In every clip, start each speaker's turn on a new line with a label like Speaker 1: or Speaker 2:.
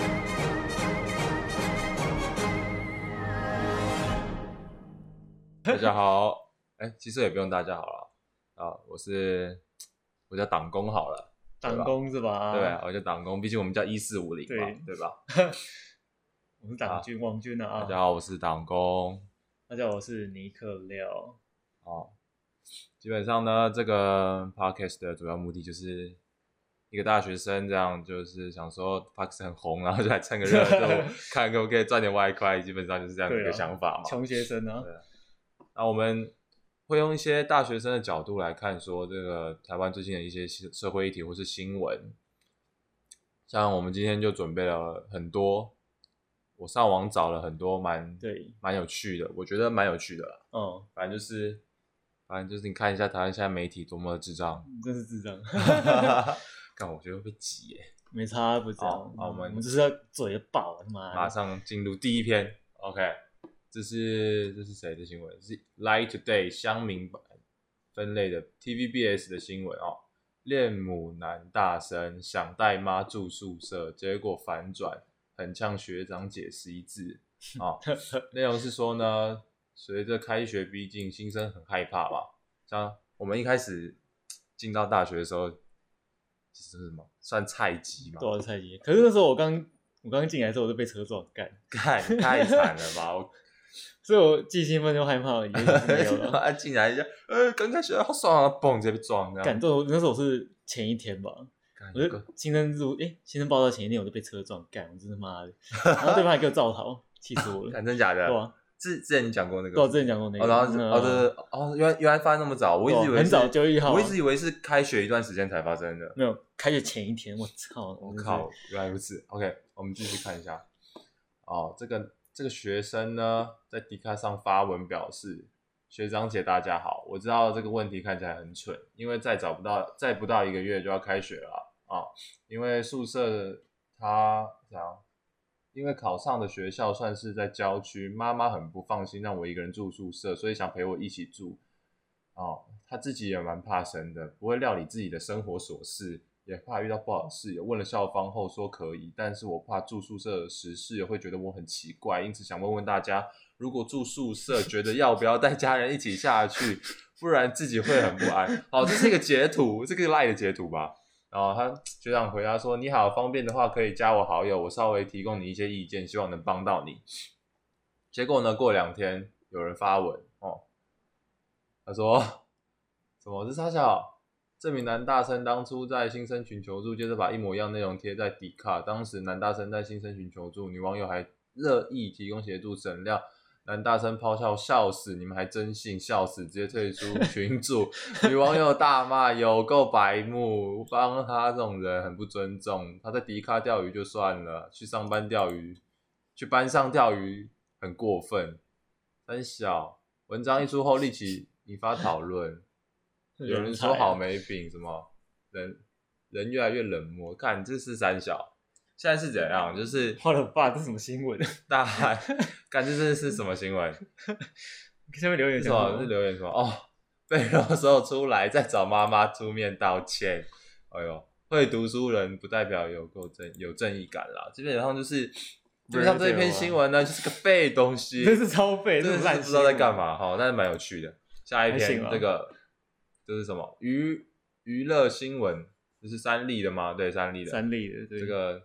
Speaker 1: 大家好，哎、其实也不用大家好了啊，我是我叫党工好了，
Speaker 2: 党工是吧？
Speaker 1: 对，啊我叫党工，毕竟我们叫一四五零嘛，
Speaker 2: 啊对
Speaker 1: 对吧？
Speaker 2: 我是党军王军啊
Speaker 1: 大家好，我是党工。
Speaker 2: 大家好，我是尼克廖。
Speaker 1: 哦，基本上呢，这个 podcast 的主要目的就是一个大学生这样，就是想说 podcast 很红，然后就来蹭个热 度，看可不可以赚点外快，基本上就是这样的一
Speaker 2: 对
Speaker 1: 个
Speaker 2: 啊
Speaker 1: 想法嘛。
Speaker 2: 穷学生啊，
Speaker 1: 那我们会用一些大学生的角度来看，说这个台湾最近的一些社社会议题或是新闻。像我们今天就准备了很多，我上网找了很多蛮
Speaker 2: 对，
Speaker 1: 蛮有趣的，我觉得蛮有趣的啦。
Speaker 2: 哦，
Speaker 1: 反正就是，反正就是你看一下台湾现在媒体多么的智障。
Speaker 2: 真是 智障，
Speaker 1: 看，我觉得会被挤耶。
Speaker 2: 没差不这
Speaker 1: 好
Speaker 2: 样。
Speaker 1: 好我们
Speaker 2: 我们就是要嘴爆，他妈的
Speaker 1: 马上进入第一篇，OK，这是这是谁的新闻？是《Lie Today》乡民版分类的 TVBS 的新闻哦。恋母男大生想带妈住宿舍，结果反转，很呛学长解十一字啊。哦内容是说呢，随着开学逼近，新生很害怕嘛。像我们一开始进到大学的时候，其实是什么算菜鸡嘛？
Speaker 2: 多少菜鸡？可是那时候我刚我刚进来的时候，我就被车撞干，
Speaker 1: 干太惨了吧！我
Speaker 2: 所以我既兴奋又害怕，也是 没有了。
Speaker 1: 他进来一下，呃，刚开学好爽啊，嘣，直接被撞这
Speaker 2: 干，
Speaker 1: 样。
Speaker 2: 这种那时候我是前一天吧，
Speaker 1: 干
Speaker 2: 我就新生入诶，新生报道前一天我就被车撞干，我真的妈 的，然后对方还给我造逃，气死我了。
Speaker 1: 干真假的？
Speaker 2: 对啊，
Speaker 1: 之之前你讲过那个，
Speaker 2: 对啊，之前讲过那个。
Speaker 1: 哦，然后是
Speaker 2: 嗯
Speaker 1: 哦，对对对哦，原来原来发生那么早，我一直以为
Speaker 2: 对啊很
Speaker 1: 是
Speaker 2: 早就一号啊
Speaker 1: 我一直以为是开学一段时间才发生的。
Speaker 2: 没有开学前一天，我操！
Speaker 1: 我
Speaker 2: 真是
Speaker 1: 靠，原来如此。OK，我们继续看一下。哦，这个这个学生呢，在迪卡上发文表示：“学长姐大家好，我知道这个问题看起来很蠢，因为再找不到再不到一个月就要开学了啊、因为宿舍他想。”因为考上的学校算是在郊区，妈妈很不放心让我一个人住宿舍，所以想陪我一起住。哦，他自己也蛮怕生的，不会料理自己的生活琐事，也怕遇到不好的室友。问了校方后说可以，但是我怕住宿舍时室友会觉得我很奇怪，因此想问问大家，如果住宿舍，觉得要不要带家人一起下去，不然自己会很不安。好，这是一个截图，这个赖的截图吧。然后他学长回答说：“你好，方便的话可以加我好友，我稍微提供你一些意见，希望能帮到你。”结果呢，过两天有人发文哦，他说：“什么？这是他小这名男大生当初在新生群求助，接着把一模一样内容贴在底卡。当时男大生在新生群求助，女网友还乐意提供协助审料。男大生咆哮，笑死！你们还真信，笑死！直接退出群组。女网友大骂，有够白目，帮他这种人很不尊重。他在迪卡钓鱼就算了，去上班钓鱼，去班上钓鱼很过分。三小文章一出后，立即引发讨论。有人
Speaker 2: 啊
Speaker 1: 说好，没品，什么人人越来越冷漠，看这是三小，现在是怎样？就是
Speaker 2: 花了爸，这是什么新闻？
Speaker 1: 大 喊，看这是是什么行为？
Speaker 2: 下面留言
Speaker 1: 是什
Speaker 2: 讲
Speaker 1: 么？
Speaker 2: 什
Speaker 1: 是
Speaker 2: 么
Speaker 1: 留言什么？哦， 被肉搜出来，再找妈妈出面道歉。哎呦，会读书人不代表有够正有正义感啦，基本上就是基本上这篇新闻呢，就是个废东西，
Speaker 2: 这是超废，
Speaker 1: 真
Speaker 2: 这
Speaker 1: 的
Speaker 2: 是
Speaker 1: 是
Speaker 2: 烂，
Speaker 1: 不知道在干。嘛哈，但是蛮有趣的。下一
Speaker 2: 还行
Speaker 1: 篇
Speaker 2: 啊
Speaker 1: 这个这是什么娱娱乐新闻？这是三立的吗？对，三立的。
Speaker 2: 三立的
Speaker 1: 这
Speaker 2: 这，
Speaker 1: 个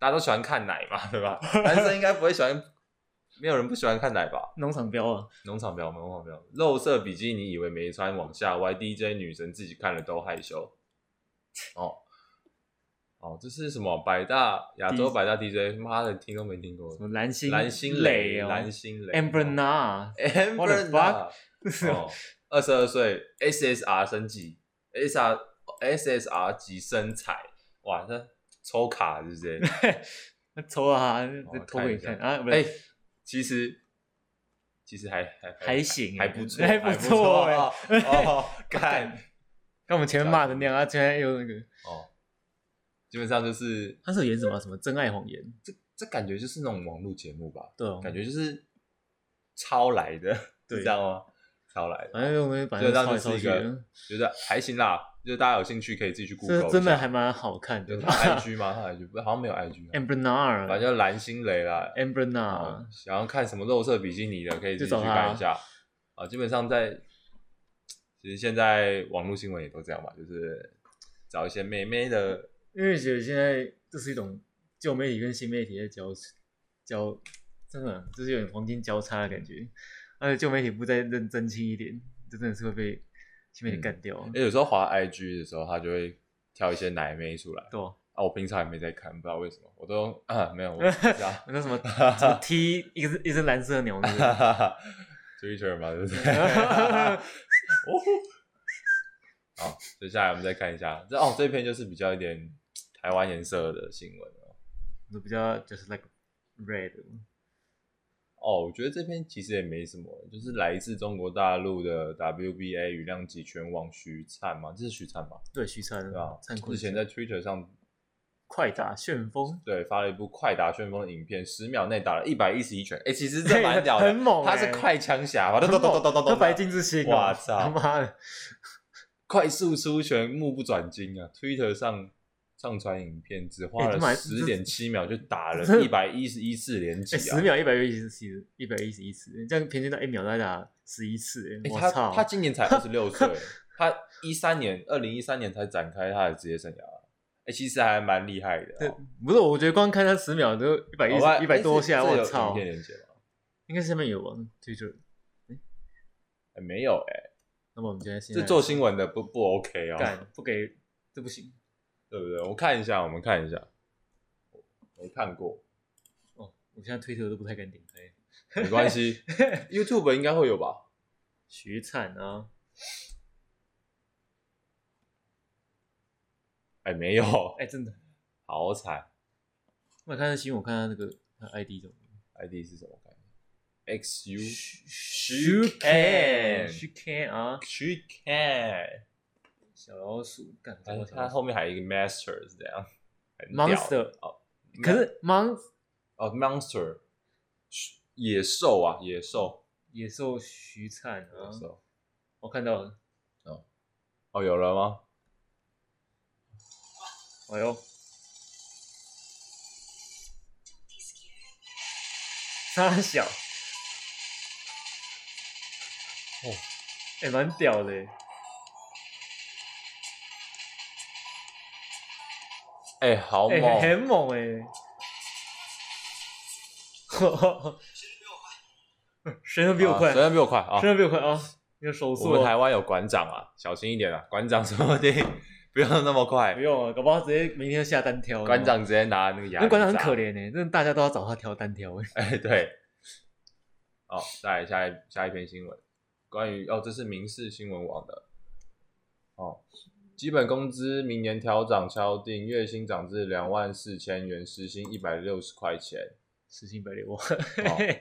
Speaker 1: 大家都喜欢看奶嘛，对吧？男生应该不会喜欢，没有人不喜欢看奶吧？
Speaker 2: 农场标啊，
Speaker 1: 农场标，农场标，肉色比基尼以为没穿往下歪，DJ 女神自己看了都害羞。哦哦，这是什么？百大亚洲
Speaker 2: D-
Speaker 1: 百大 DJ，妈的，听都没听过
Speaker 2: 什。么蓝心
Speaker 1: 蓝心
Speaker 2: 蕾
Speaker 1: 蕾，
Speaker 2: 哦
Speaker 1: 蓝心蕾哦
Speaker 2: Amber Na，What the
Speaker 1: Amber
Speaker 2: fuck？
Speaker 1: Na，哦， 二十二岁 SSR 升级，SR SSR 级身材，哇，这抽卡是不是？
Speaker 2: 那抽啊，这
Speaker 1: 哦
Speaker 2: 偷给你
Speaker 1: 看
Speaker 2: 看
Speaker 1: 一下
Speaker 2: 啊，不
Speaker 1: 哎、
Speaker 2: 是，
Speaker 1: 其实其实还还
Speaker 2: 还行
Speaker 1: 还
Speaker 2: 哎
Speaker 1: 不错，
Speaker 2: 还不
Speaker 1: 不
Speaker 2: 错哎
Speaker 1: 哦 哦，看
Speaker 2: 跟我们前面骂的那样啊，现在又那个，
Speaker 1: 哦，基本上就是
Speaker 2: 他是有演什么什么真爱谎言，
Speaker 1: 这这感觉就是那种网络节目吧，
Speaker 2: 对哦，
Speaker 1: 感觉就是抄来的，
Speaker 2: 对
Speaker 1: 是这样吗？抄来的，
Speaker 2: 反正这种东西反
Speaker 1: 这
Speaker 2: 正
Speaker 1: 当
Speaker 2: 抄
Speaker 1: 就
Speaker 2: 来抄
Speaker 1: 是一
Speaker 2: 去
Speaker 1: 个
Speaker 2: 的，
Speaker 1: 觉得还行啦，就是大家有兴趣可以自己去 Google 一
Speaker 2: 这
Speaker 1: 下。
Speaker 2: 真的还蛮好看的
Speaker 1: 有。他 IG 吗？他 IG 不好像没有 IG，啊
Speaker 2: Amber Na，
Speaker 1: 反正叫蓝心蕾啦。
Speaker 2: Amber
Speaker 1: 哦
Speaker 2: Na，
Speaker 1: 想要看什么肉色比基尼的，可以自己
Speaker 2: 就找
Speaker 1: 去
Speaker 2: 他
Speaker 1: 看一下。啊，基本上在，其实现在网络新闻也都这样吧，就是找一些妹妹的，
Speaker 2: 因为觉得现在这是一种旧媒体跟新媒体在交交，真的就是有点黄金交叉的感觉。而且旧媒体不再认真清一点，这真的是会被新媒体干掉。
Speaker 1: 嗯诶有时候滑 IG 的时候，他就会挑一些奶妹出来。
Speaker 2: 对啊，
Speaker 1: 啊，我平常也没在看，不知道为什么，我都啊没有，我不知道
Speaker 2: 那什么什 么 T 一只一只蓝色的鸟，是不 是
Speaker 1: Twitter 嘛，对不对？ 哦，好，接下来我们再看一下，这哦这篇就是比较一点台湾颜色的新闻哦。
Speaker 2: 就比较就是 like red，
Speaker 1: 哦，我觉得这篇其实也没什么，就是来自中国大陆的 WBA 羽量级拳王徐灿嘛，这是徐灿吧？
Speaker 2: 对，徐灿
Speaker 1: 对吧
Speaker 2: 嗯灿？坤
Speaker 1: 之前在 Twitter 上
Speaker 2: 快打旋风，
Speaker 1: 对发了一部快打旋风的影片，十秒内打了一百一十一拳，哎、其实这蛮屌的，
Speaker 2: 很猛
Speaker 1: 他
Speaker 2: 欸
Speaker 1: 是快枪侠啊吧？咚咚咚咚咚咚
Speaker 2: 他
Speaker 1: 咚，
Speaker 2: 白金之星啊，
Speaker 1: 哇操
Speaker 2: 他妈的，
Speaker 1: 快速出拳，目不转睛啊！Twitter 上上传影片，只花
Speaker 2: 哎他妈
Speaker 1: 了
Speaker 2: 还
Speaker 1: 十点七秒就打了一
Speaker 2: 这
Speaker 1: 百一十一次连击
Speaker 2: 哎，
Speaker 1: 啊！
Speaker 2: 十秒一百一十次，一百一十一次，这样平均到一秒大概打十一次，哎
Speaker 1: 哎
Speaker 2: 我
Speaker 1: 他
Speaker 2: 操！
Speaker 1: 他今年 才二十六岁，他一三年，二零一三年才展开他的职业生涯啊，哎、其实还蛮厉害的
Speaker 2: 对
Speaker 1: 哦、，
Speaker 2: 呃不是，我觉得光看他十秒都一百一
Speaker 1: 好吧
Speaker 2: 一百
Speaker 1: 哎
Speaker 2: 多
Speaker 1: 这
Speaker 2: 下，
Speaker 1: 这
Speaker 2: 我
Speaker 1: 有
Speaker 2: 操
Speaker 1: 影！片连接吗？
Speaker 2: 应该下面有吧？对，就
Speaker 1: 哎没有哎、
Speaker 2: 那么我们现在现在
Speaker 1: 这做新闻的不不 OK 哦，
Speaker 2: 嗯干不给，这不行。
Speaker 1: 对不对？我看一下，我们看一下，没看过，
Speaker 2: 哦，我现在推特都不太敢点开。
Speaker 1: 没关 系，YouTube 应该会有吧？
Speaker 2: 徐灿啊，
Speaker 1: 哎、没有，
Speaker 2: 哎，真的，
Speaker 1: 好惨。
Speaker 2: 我看他新闻，我看他那个他 ID 怎么
Speaker 1: ID 是什么概念？X U
Speaker 2: s h can 啊，
Speaker 1: She Can，
Speaker 2: 小老鼠干什
Speaker 1: 但
Speaker 2: 么
Speaker 1: 是
Speaker 2: 小
Speaker 1: 它哎
Speaker 2: 老鼠？
Speaker 1: 后面还有一个 Master 是这样很屌
Speaker 2: Monster
Speaker 1: 哦
Speaker 2: 可是盲
Speaker 1: 哦 Monster 野兽啊野兽
Speaker 2: 野兽徐灿啊
Speaker 1: 野，兽
Speaker 2: 我看到了，
Speaker 1: 哦有了吗？
Speaker 2: 哎呦，他小，哦，哎，蛮屌的欸，
Speaker 1: 哎、好猛！
Speaker 2: 哎，很猛哎。 谁能比我快？
Speaker 1: 啊谁能比我快啊？
Speaker 2: 真的比我快啊！你的手
Speaker 1: 我
Speaker 2: 速
Speaker 1: 们台
Speaker 2: 哦，
Speaker 1: 湾有馆长啊，小心一点啊！馆长说不定 不用那么快
Speaker 2: 不，用了，啊搞不好直接明天就下单挑了。
Speaker 1: 馆长直接拿那个牙。
Speaker 2: 那馆长很可。怜呢，真的大家都要找他挑单挑欸。
Speaker 1: 哎，对。好，再来下一下一篇新闻，关于哦，这是民事新闻网的哦，基本工资明年调涨敲定，月薪涨至两万四千元，时薪一百六十块钱。
Speaker 2: 死性白脸我，
Speaker 1: 哦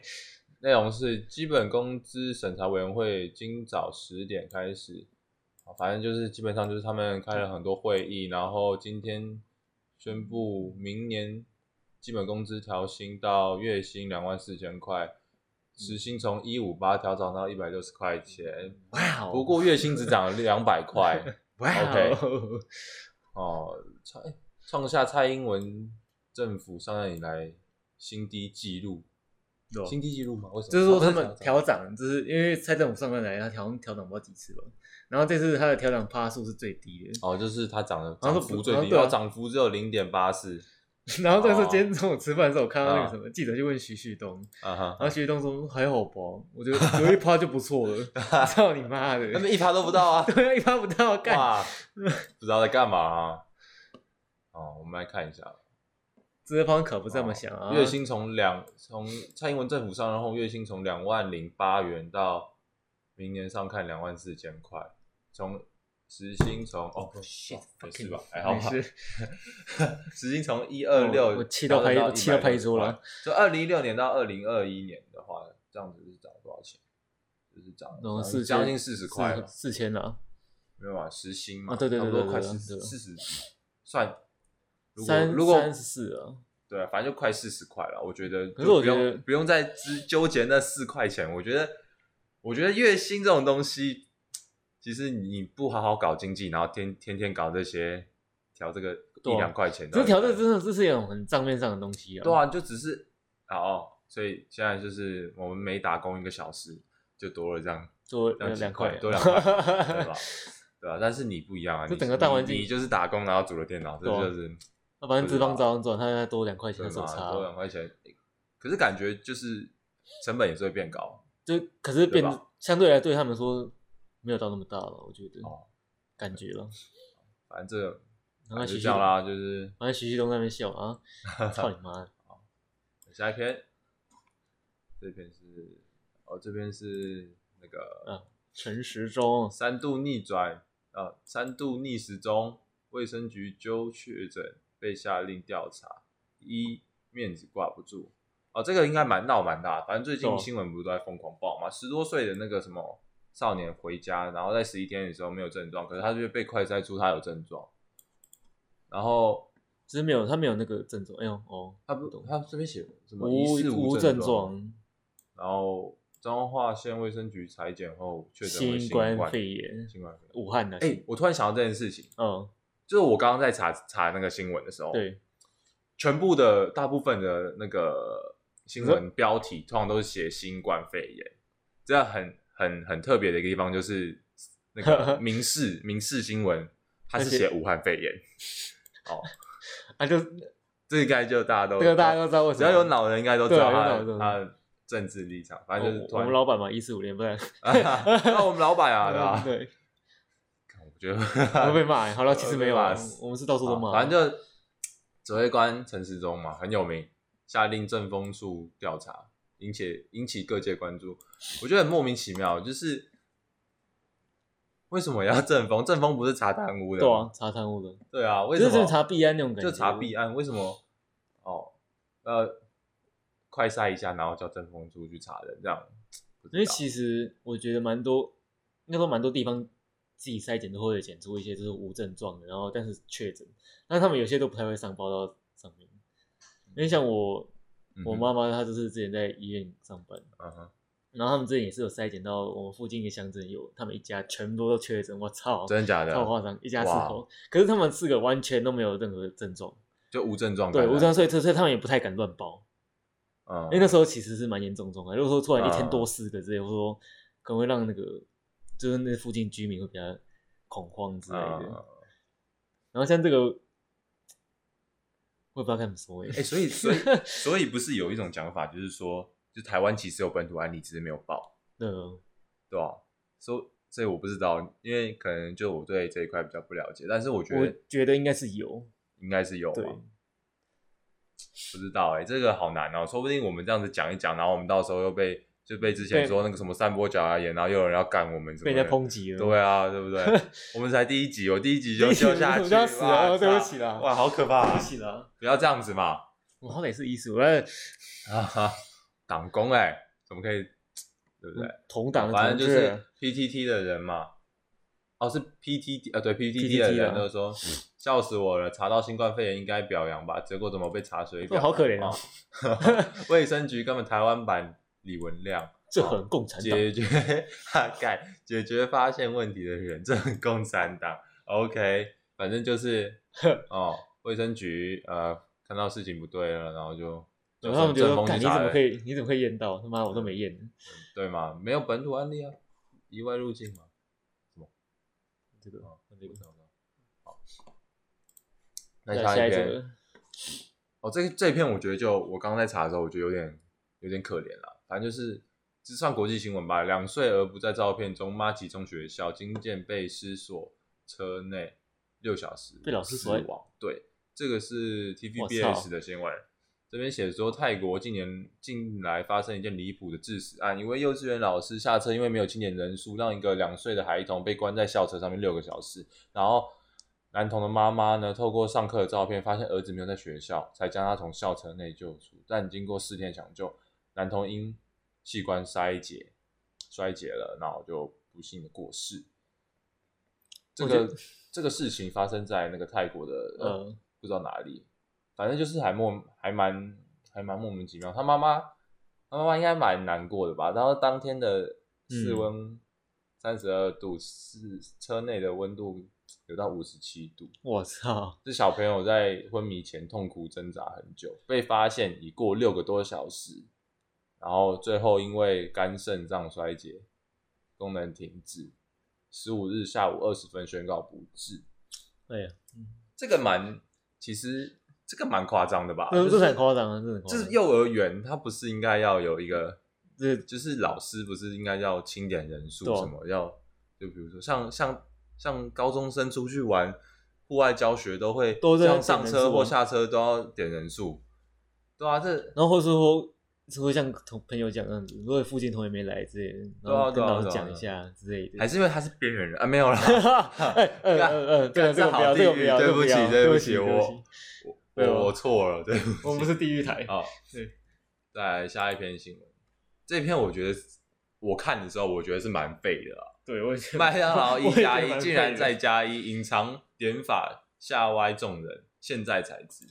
Speaker 1: 内容是基本工资审查委员会今早十点开始，啊，反正就是基本上就是他们开了很多会议，然后今天宣布明年基本工资调薪到月薪两万四千块，时薪从一五八调涨到一百六十块钱，
Speaker 2: 哇哦！
Speaker 1: 不过月薪只涨了两百块
Speaker 2: 哇哦，
Speaker 1: 哦，创哎创下蔡英文政府上任以来新低纪录，
Speaker 2: 对哦
Speaker 1: 新低纪录吗？为什么？
Speaker 2: 就是说他
Speaker 1: 哦
Speaker 2: 们
Speaker 1: 不是
Speaker 2: 调涨，就是因为蔡政府上任来，他调调涨不知道几次了，然后这次他的调涨趴数是最低的，
Speaker 1: 哦，就是它涨了，
Speaker 2: 好像
Speaker 1: 涨
Speaker 2: 是
Speaker 1: 幅
Speaker 2: 不
Speaker 1: 最
Speaker 2: 好
Speaker 1: 低，
Speaker 2: 像对啊
Speaker 1: 然后涨幅只有零点八四，
Speaker 2: 然后这个时
Speaker 1: 哦
Speaker 2: 候今天中午吃饭的时候，我看到那个什么记者就问徐旭东，
Speaker 1: 啊哈，
Speaker 2: 然后徐旭东说还好吧，我觉得有一趴就不 错了，操你妈的，，
Speaker 1: 那么一趴都不到啊
Speaker 2: 对，一趴不到干。
Speaker 1: 哇，不知道在干嘛啊。哦，我们来看一下，
Speaker 2: 资方可不这么想啊，
Speaker 1: 月薪从两从蔡英文政府上任后，月薪从两万零八元到明年上看两万四千块，从时薪从哦，shit，没事吧？还好
Speaker 2: Oh, 没
Speaker 1: 吧？
Speaker 2: 事，
Speaker 1: 时薪从一二六，
Speaker 2: 我我气到拍我气到拍桌了。
Speaker 1: 就二零一六年到二零二一年的话，这样子是涨了多少钱？就是涨了
Speaker 2: 嗯
Speaker 1: 将
Speaker 2: 四
Speaker 1: 近
Speaker 2: 千
Speaker 1: 将近四十块啊了，
Speaker 2: 四千了，
Speaker 1: 没有啊，时薪嘛，
Speaker 2: 啊对对
Speaker 1: 差
Speaker 2: 对
Speaker 1: 不多
Speaker 2: 对
Speaker 1: 快
Speaker 2: 对
Speaker 1: 四
Speaker 2: 对
Speaker 1: 四十，算。如果
Speaker 2: 三
Speaker 1: 如果
Speaker 2: 三十四啊，
Speaker 1: 对啊，反正就快四十块了，我觉得就不用。
Speaker 2: 可是我觉得
Speaker 1: 不用再纠纠结那四块钱，我觉得，我觉得月薪这种东西，其实你不好好搞经济，然后天天天搞这些调这个一
Speaker 2: 对啊
Speaker 1: 两块钱，
Speaker 2: 这条这真的这是一种很账面上的东西啊。
Speaker 1: 对，啊，就只是好、哦，所以现在就是我们每打工一个小时就多了这样
Speaker 2: 多呃
Speaker 1: 两
Speaker 2: 两
Speaker 1: 块
Speaker 2: 块，
Speaker 1: 多两块， 对吧？对啊，但是你不一样啊，
Speaker 2: 这
Speaker 1: 你
Speaker 2: 整个大环
Speaker 1: 你
Speaker 2: 境
Speaker 1: 你就是打工，然后组了电脑，这
Speaker 2: 对啊
Speaker 1: 就是
Speaker 2: 啊反正
Speaker 1: 不知
Speaker 2: 资
Speaker 1: 道
Speaker 2: 方找人转，他再多两块钱
Speaker 1: 对
Speaker 2: 的手
Speaker 1: 嘛，
Speaker 2: 差啊
Speaker 1: 多，两块钱，可是感觉就是成本也是会变高
Speaker 2: 就可是变
Speaker 1: 对吧
Speaker 2: 相对来对他们说没有到那么大了，我觉得
Speaker 1: 哦。
Speaker 2: 感觉了。
Speaker 1: 反正这个
Speaker 2: 然
Speaker 1: 反
Speaker 2: 后
Speaker 1: 正
Speaker 2: 徐
Speaker 1: 就
Speaker 2: 旭
Speaker 1: 这样啦，就是
Speaker 2: 反正徐旭东在那边笑 啊，操你妈的！
Speaker 1: 下一篇，这篇是哦，这边是那个
Speaker 2: 啊陈时中
Speaker 1: 三度逆转，呃，三度逆时钟，卫生局揪确诊，被下令调查，一面子挂不住。哦，这个应该蛮闹蛮大的，反正最近
Speaker 2: 对啊
Speaker 1: 新闻不是都在疯狂报嘛，十多岁的那个什么少年回家，然后在十一天的时候没有症状，可是他就被快筛出他有症状，然后
Speaker 2: 只是没有他没有那个症状，哎呦哦，
Speaker 1: 他不
Speaker 2: 懂
Speaker 1: 他这边写什么疑
Speaker 2: 无
Speaker 1: 似
Speaker 2: 无
Speaker 1: 症
Speaker 2: 症状
Speaker 1: 然后彰化县卫生局裁剪后确诊为
Speaker 2: 新
Speaker 1: 新冠
Speaker 2: 冠肺炎，
Speaker 1: 新冠肺炎。
Speaker 2: 武汉的，
Speaker 1: 哎、我突然想到这件事情，
Speaker 2: 嗯，
Speaker 1: 就是我刚刚在查查那个新闻的时候，，
Speaker 2: 对，
Speaker 1: 全部的大部分的那个新
Speaker 2: 你
Speaker 1: 闻标题通常都是写新冠肺炎，这样很很很特别的一个地方就是那 个民事民事新闻，它是
Speaker 2: 而且
Speaker 1: 写武汉肺炎，
Speaker 2: 啊就
Speaker 1: 这应该就大家都
Speaker 2: 这个大家都知道为什么，
Speaker 1: 只要有脑人应该都知道
Speaker 2: 对有
Speaker 1: 他
Speaker 2: 脑的
Speaker 1: 的他的政治立场，反正就是
Speaker 2: 我
Speaker 1: 突
Speaker 2: 我
Speaker 1: 然
Speaker 2: 们老板嘛，一四五年不然，
Speaker 1: 那我们老板 啊，对吧？
Speaker 2: 对，
Speaker 1: 看我觉得
Speaker 2: 我会被骂。好 了，
Speaker 1: 我
Speaker 2: 其实没有啊
Speaker 1: 会被骂，
Speaker 2: 我们是到处都
Speaker 1: 好
Speaker 2: 骂，啊
Speaker 1: 反正就指挥官陈时中嘛，很有名，下令政风处调查，引起引起各界关注。我觉得很莫名其妙，就是为什么要政风？政风不是查贪污的
Speaker 2: 对啊
Speaker 1: 吗，，
Speaker 2: 查贪污的，
Speaker 1: 对啊，为什
Speaker 2: 就是
Speaker 1: 么
Speaker 2: 就查弊案那种感觉，
Speaker 1: 就查弊案？为什么？哦，呃，快筛一下，然后叫政风处去查人，这样不知
Speaker 2: 因为
Speaker 1: 道
Speaker 2: 其实我觉得蛮多，应该说蛮多地方自己筛检都会检出一些就是无症状的，然后但是确诊，但他们有些都不太会上报到上面。因为像我，我妈妈她就是之前在医院上班，
Speaker 1: 嗯哼，
Speaker 2: 然后他们之前也是有筛检到我们附近一个乡镇有，他们一家全部都确诊，我操，
Speaker 1: 真的假
Speaker 2: 超
Speaker 1: 的？
Speaker 2: 夸张，一家四
Speaker 1: 哇
Speaker 2: 口，可是他们四个完全都没有任何症状，
Speaker 1: 就无症状感
Speaker 2: 对，
Speaker 1: 染，
Speaker 2: 无症状，所以所以他们也不太敢乱报。
Speaker 1: 嗯，因
Speaker 2: 因为那时候其实是蛮严重重的。如果说突然一天
Speaker 1: 啊
Speaker 2: 多四个之类，或者说可能会让那个就是那附近居民会比较恐慌之类的。
Speaker 1: 啊
Speaker 2: 然后像这个，我也不知道该怎么说哎、
Speaker 1: 哎、所以所以所以不是有一种讲法，就是说，就台湾其实有本土案例，只是没有报，
Speaker 2: 那个
Speaker 1: 对吧、所以所以我不知道，因为可能就我对这一块比较不了解，但是我觉
Speaker 2: 我
Speaker 1: 得
Speaker 2: 觉得应该是有，
Speaker 1: 应该是有
Speaker 2: 对
Speaker 1: 吧。不知道哎、这个好难哦、说不定我们这样子讲一讲，然后我们到时候又被就被之前
Speaker 2: 被
Speaker 1: 说那个什么散播假牙炎，啊然后又有人要干我们什么
Speaker 2: 被
Speaker 1: 的，
Speaker 2: 人家抨击了。
Speaker 1: 对啊，对不 对？我们才第一集，我第一集就
Speaker 2: 第一集
Speaker 1: 就下
Speaker 2: 我
Speaker 1: 去，
Speaker 2: 就要死了
Speaker 1: 哇
Speaker 2: 哦对不起啦
Speaker 1: 哇，好可怕、
Speaker 2: 对
Speaker 1: 啊
Speaker 2: 不，起啦，
Speaker 1: 不要这样子嘛。
Speaker 2: 我好歹也是医术，哎，
Speaker 1: 啊哈， 党工哎、怎么可以？对不对？哦
Speaker 2: 同嗯党的
Speaker 1: 反正
Speaker 2: 同
Speaker 1: 就
Speaker 2: 志啊
Speaker 1: 是 PTT 的人嘛，哦是 PTT 啊，对 PTT 的
Speaker 2: PTT
Speaker 1: 人
Speaker 2: 的
Speaker 1: 就说笑死我了，查到新冠肺炎应该表扬吧，结果怎么被查水表
Speaker 2: 哦
Speaker 1: 扬？
Speaker 2: 好可怜啊
Speaker 1: 哦！ 卫生局根本台湾版李文亮，
Speaker 2: 这很共产党，
Speaker 1: 解决大概解决发现问题的人，这很共产党。OK，反正 就是哦，卫生局呃看到事情不对了，然后就。就
Speaker 2: 然后他们觉
Speaker 1: 正
Speaker 2: 得，
Speaker 1: 风去
Speaker 2: 干你
Speaker 1: 查
Speaker 2: 怎么
Speaker 1: 了
Speaker 2: 可以，你怎么可以验到？他妈我都没验，
Speaker 1: 对嘛？没有本土案例啊，意外入境嘛。
Speaker 2: 这个
Speaker 1: 哦
Speaker 2: 这个，
Speaker 1: 好，那
Speaker 2: 那
Speaker 1: 下
Speaker 2: 下
Speaker 1: 一
Speaker 2: 一
Speaker 1: 篇
Speaker 2: 则
Speaker 1: 哦，这这篇我觉得就我刚刚在查的时候，我觉得有点有点可怜了。反正就是这算国际新闻吧。两岁儿不在照片中，妈集中学校金件被失锁车内六小时，
Speaker 2: 被老师
Speaker 1: 死
Speaker 2: 锁在
Speaker 1: 亡。对，这个是
Speaker 2: 我
Speaker 1: TVBS
Speaker 2: 操
Speaker 1: 的新闻。这边写说，泰国近年近来发生一件离谱的致死案，一位幼稚园老师下车，因为没有清点人数，让一个两岁的孩童被关在校车上面六个小时。然后男童的妈妈呢，透过上课的照片发现儿子没有在学校，才将他从校车内救出。但经过四天抢救，男童因器官衰竭衰竭了，然后就不幸的过世。这
Speaker 2: 我觉得
Speaker 1: 个这个事情发生在那个泰国的呃
Speaker 2: 呃，
Speaker 1: 不知道哪里，反正就是还莫还蛮还蛮莫名其妙。他妈妈他妈妈应该蛮难过的吧？然后当天的
Speaker 2: 嗯
Speaker 1: 室温三十二度，是车内的温度有到五十七度。
Speaker 2: 我操，
Speaker 1: 这小朋友在昏迷前痛苦挣扎很久，被发现已过六个多小时，然后最后因为肝肾脏衰竭，功能停止，十五日下午二十分宣告不治。
Speaker 2: 哎呀，
Speaker 1: 这个蛮，其实这个蛮夸张的吧？
Speaker 2: 这
Speaker 1: 就
Speaker 2: 这
Speaker 1: 是
Speaker 2: 很夸张啊，这很夸
Speaker 1: 就
Speaker 2: 张。
Speaker 1: 是幼儿园，它不是应该要有一个，
Speaker 2: 这
Speaker 1: 就是老师不是应该要清点人数
Speaker 2: 对啊
Speaker 1: 什么？要就比如说像像像高中生出去玩户外教学都会，
Speaker 2: 都在
Speaker 1: 像
Speaker 2: 点
Speaker 1: 上
Speaker 2: 人
Speaker 1: 车
Speaker 2: 数
Speaker 1: 或
Speaker 2: 啊
Speaker 1: 下车都要点人数。对啊，这
Speaker 2: 然后或是说是会像同朋友讲这样子，如果附近同学没来之类的，
Speaker 1: 对
Speaker 2: 然
Speaker 1: 啊
Speaker 2: 后
Speaker 1: 对
Speaker 2: 跟
Speaker 1: 啊
Speaker 2: 老师
Speaker 1: 对啊
Speaker 2: 讲
Speaker 1: 对
Speaker 2: 一
Speaker 1: 啊
Speaker 2: 下之类的。
Speaker 1: 还是因为他是边缘人啊，没有啦。
Speaker 2: 哎嗯
Speaker 1: 干
Speaker 2: 嗯嗯，
Speaker 1: 干
Speaker 2: 对了，这
Speaker 1: 这
Speaker 2: 个
Speaker 1: 好
Speaker 2: 不要，这个
Speaker 1: 地
Speaker 2: 不
Speaker 1: 狱
Speaker 2: 要，
Speaker 1: 对
Speaker 2: 这个
Speaker 1: 不
Speaker 2: 不
Speaker 1: 起
Speaker 2: 要
Speaker 1: 对
Speaker 2: 对
Speaker 1: 不
Speaker 2: 不
Speaker 1: 起我
Speaker 2: 我
Speaker 1: 我
Speaker 2: 对啊
Speaker 1: 我错了，对不 起，
Speaker 2: 我们不是地狱台，
Speaker 1: 哦，
Speaker 2: 对，
Speaker 1: 再来下一篇新闻，这篇我觉得我看的时候，我觉得是蛮废的啊。
Speaker 2: 对我也觉得
Speaker 1: 麦当劳一
Speaker 2: 我也觉
Speaker 1: 加
Speaker 2: 得
Speaker 1: 一
Speaker 2: 蛮
Speaker 1: 竟
Speaker 2: 废
Speaker 1: 然
Speaker 2: 的
Speaker 1: 再加一，隐藏点法吓歪众人，现在才知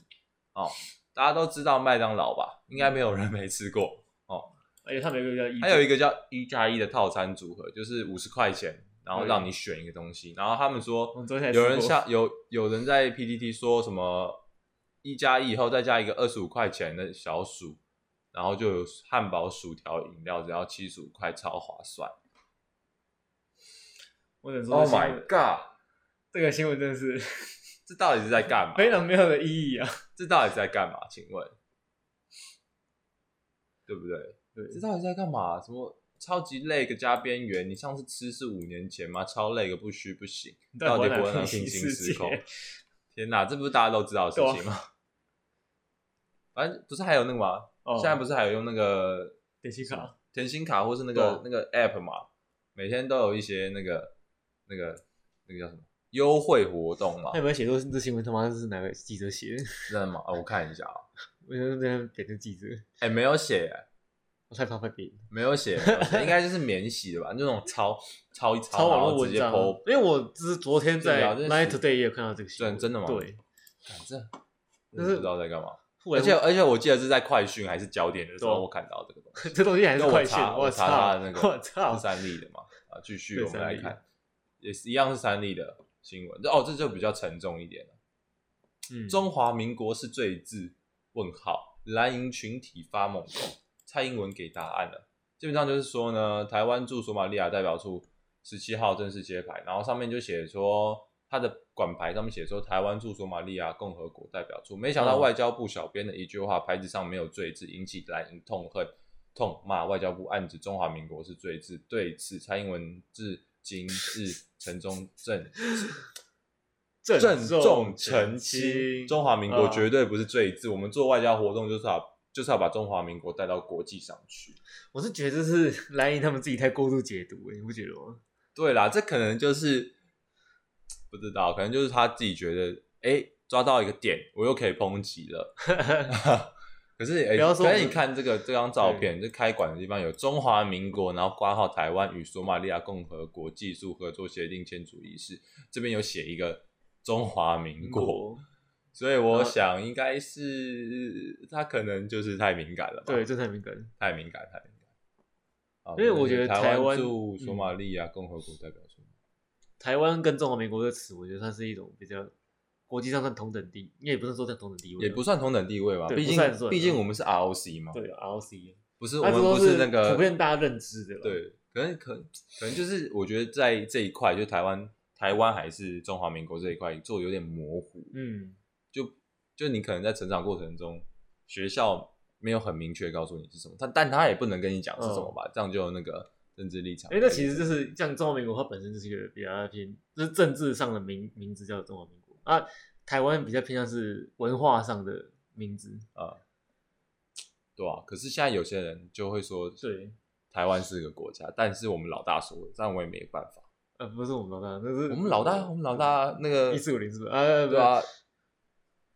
Speaker 1: 哦。大家都知道麦当劳吧？应该没有人 没吃过。
Speaker 2: 而且他们有一个叫一，
Speaker 1: 还有一个叫一加一的套餐组合，就是五十块钱，然后让你选一个东西。然后他们
Speaker 2: 我
Speaker 1: 说
Speaker 2: 们昨天才
Speaker 1: 有人
Speaker 2: 吃过
Speaker 1: 下有有人在 PPT 说什么一加一以后再加一个二十五块钱的小薯，然后就有汉堡、薯条、饮料，只要七十五块，超划算。
Speaker 2: 哦我只能说
Speaker 1: Oh
Speaker 2: 这新
Speaker 1: my
Speaker 2: 闻
Speaker 1: god！
Speaker 2: 这个新闻真的是
Speaker 1: 这到底是在干嘛？
Speaker 2: 非常没有的意义啊。
Speaker 1: 这到底是在干嘛？请问，对不对？
Speaker 2: 对，
Speaker 1: 这到底在干嘛？什么超级累个加边缘？你上次吃是五年前吗？超累个不虚不行，
Speaker 2: 你
Speaker 1: 到
Speaker 2: 到
Speaker 1: 底
Speaker 2: 底
Speaker 1: 活
Speaker 2: 活在哪
Speaker 1: 能
Speaker 2: 个
Speaker 1: 平
Speaker 2: 平
Speaker 1: 行
Speaker 2: 行
Speaker 1: 时
Speaker 2: 世
Speaker 1: 空
Speaker 2: 界？啊
Speaker 1: 天哪，这不是大家都知道的事情吗？反正不是还有那个吗？
Speaker 2: 哦
Speaker 1: 现在不是还有用那个
Speaker 2: 点心卡，
Speaker 1: 甜心卡或是那
Speaker 2: 对
Speaker 1: 个
Speaker 2: 啊
Speaker 1: 那个 app 嘛？每天都有一些那个那个那个叫什么优惠活动嘛
Speaker 2: 他？有没有写说这新闻他妈是哪个记者写的？
Speaker 1: 真的吗？啊，我看一下啊，
Speaker 2: 我觉得这样给这记者，
Speaker 1: 哎、没有写、
Speaker 2: 我太怕被别人
Speaker 1: 没有写，没有写应该就是免洗的吧？那种抄抄一抄，然
Speaker 2: 抄网
Speaker 1: 后
Speaker 2: 络
Speaker 1: 直
Speaker 2: 文
Speaker 1: 接
Speaker 2: 章啊
Speaker 1: po，，
Speaker 2: 因为我只是昨天
Speaker 1: 对
Speaker 2: 在
Speaker 1: 啊这是
Speaker 2: Line Today 也有看到这个新闻，
Speaker 1: 真真的吗
Speaker 2: 对，
Speaker 1: 反正
Speaker 2: 但
Speaker 1: 不
Speaker 2: 是
Speaker 1: 知道在干嘛。
Speaker 2: 忽
Speaker 1: 而
Speaker 2: 然
Speaker 1: 且而且我记得是在快讯还是焦点的时
Speaker 2: 对啊
Speaker 1: 候，我看到这个东西，
Speaker 2: 这东西 还是
Speaker 1: 那我
Speaker 2: 快线，
Speaker 1: 查我查他
Speaker 2: 操，
Speaker 1: 的那个
Speaker 2: 我操
Speaker 1: 是，三立的嘛？啊，继续
Speaker 2: 对
Speaker 1: 我们来
Speaker 2: 三
Speaker 1: 看，也是一样是三立的新闻。这哦，这就比较沉重一点了。
Speaker 2: 嗯
Speaker 1: 中华民国是罪字？问号，蓝营群体发猛攻，蔡英文给答案了。基本上就是说呢，台湾驻索马利亚代表处十七号正式揭牌，然后上面就写说他的馆牌上面写说台湾驻索马利亚共和国代表处。没想到
Speaker 2: 嗯
Speaker 1: 外交部小编的一句话，牌子上没有罪字，引起蓝营痛恨。痛骂外交部暗指中华民国是罪字，对此蔡英文至今日城中正郑重澄清，中华民国绝
Speaker 2: 得
Speaker 1: 对不是罪字。我们做外交活动就是要就是要把中华民国带到国际上去。
Speaker 2: 我是觉得这是 蓝营他们自己太过度解读，哎你不觉得吗？
Speaker 1: 对啦，这可能就是不知道，可能就是他自己觉得，哎、抓到一个点，我又可以抨击了。 可是，哎、
Speaker 2: 不要说我
Speaker 1: 可
Speaker 2: 们
Speaker 1: 是你看这个这张照片，这开馆的地方有中华民国，然后挂号台湾与索马利亚共和国技术合作协定签署仪式，这边有写一个中华民国。所以我想应该是他可能就是太敏感了吧？
Speaker 2: 对，，这太敏感了。
Speaker 1: 太敏感，太敏感。啊
Speaker 2: 因为我觉得
Speaker 1: 台
Speaker 2: 台湾嗯
Speaker 1: 驻索马利亚共和国代表处，
Speaker 2: 台湾跟中华民国的词，我觉得算是一种比较国际上算同等地，也不是说在同等地位啊，
Speaker 1: 也不算同等地位吧？
Speaker 2: 对
Speaker 1: 毕
Speaker 2: 不
Speaker 1: 竟
Speaker 2: 算不算
Speaker 1: 毕竟我们是 ROC 嘛，
Speaker 2: 对啊 ROC，
Speaker 1: 不是我
Speaker 2: 那
Speaker 1: 们
Speaker 2: 这都
Speaker 1: 不
Speaker 2: 是
Speaker 1: 那个
Speaker 2: 普遍大家认知的啦。
Speaker 1: 对，可能可可能就是我觉得在这一块，就台湾台湾还是中华民国这一块做得有点模糊，
Speaker 2: 嗯，
Speaker 1: 就就你可能在成长过程中，学校没有很明确告诉你是什么，他但他也不能跟你讲是什么吧，这样就有那个政治立场。
Speaker 2: 嗯因为那其实就是像中华民国，它本身就是一个比较偏，就是政治上的名名字叫中华民国啊，台湾比较偏向是文化上的名字。
Speaker 1: 对啊，可是现在有些人就会说，
Speaker 2: 对，
Speaker 1: 台湾是个国家，但是我们老大说了，但我也没办法。
Speaker 2: 呃，不是我们老大，那是
Speaker 1: 我们老大，我们老大那个
Speaker 2: 一四五零是不是？啊，
Speaker 1: 对啊
Speaker 2: 哎、等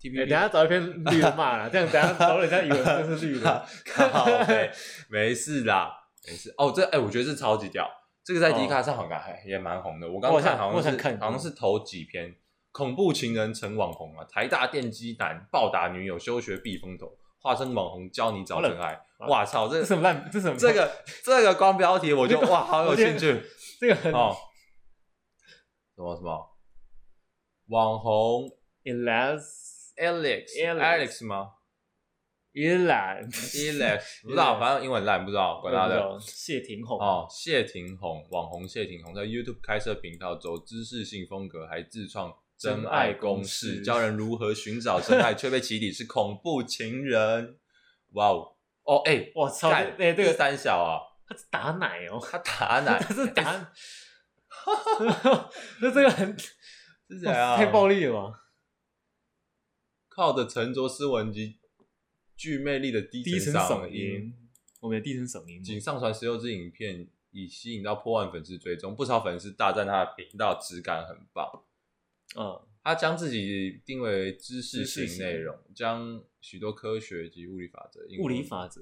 Speaker 1: ，TPP
Speaker 2: 一下找一篇绿的 骂啦，这样等一下找人家以为这是绿的。
Speaker 1: 靠北没事啦，没事。哦，这哎、我觉得这超级屌，这个在
Speaker 2: 哦
Speaker 1: 迪卡上好像还也蛮红的。我刚
Speaker 2: 我好像
Speaker 1: 看好
Speaker 2: 我好
Speaker 1: 像
Speaker 2: 像
Speaker 1: 是
Speaker 2: 看过
Speaker 1: 好像是头几篇，恐怖情人成网红啊，台大电机男暴打女友，休学避风头，化身网红教你找真爱。
Speaker 2: 好了
Speaker 1: 哇操，这
Speaker 2: 这什么烂？这什么？
Speaker 1: 这个这个光标题我就哇好有
Speaker 2: 我觉得
Speaker 1: 兴趣
Speaker 2: 这个很
Speaker 1: 哦。什么什么网红
Speaker 2: e l a s
Speaker 1: Alex
Speaker 2: Alex
Speaker 1: Alex 吗？
Speaker 2: 伊懒，
Speaker 1: Elex 不知道，反正英文烂，不知道，管他的
Speaker 2: 我。不知道谢霆锋，
Speaker 1: 哦，谢霆锋，网红谢霆锋在 YouTube 开设频道，走知识性风格，还自创真爱公
Speaker 2: 真爱公
Speaker 1: 式，
Speaker 2: 式
Speaker 1: 教人如何寻找真爱，却被起底是恐怖情 人。哇哦，哦哎，
Speaker 2: 我操，
Speaker 1: 干
Speaker 2: 哎，这个
Speaker 1: 三小啊，
Speaker 2: 他是打奶哦，
Speaker 1: 他打奶，
Speaker 2: 他是
Speaker 1: 哎
Speaker 2: 打，那这个很哦
Speaker 1: 是谁啊？
Speaker 2: 太暴力了吧？
Speaker 1: 靠着沉着斯文及具魅力的低
Speaker 2: 低沉
Speaker 1: 嗓
Speaker 2: 嗓音，我们的低沉嗓音
Speaker 1: 仅上传十六支影片，已吸引到破万粉丝追踪，不少粉丝大赞他的频道质感很棒。
Speaker 2: 嘛，
Speaker 1: 他将自己定为知识
Speaker 2: 知识
Speaker 1: 型
Speaker 2: 型
Speaker 1: 内容，将许多科学及物理法则、应
Speaker 2: 嗯，物理
Speaker 1: 用
Speaker 2: 法则，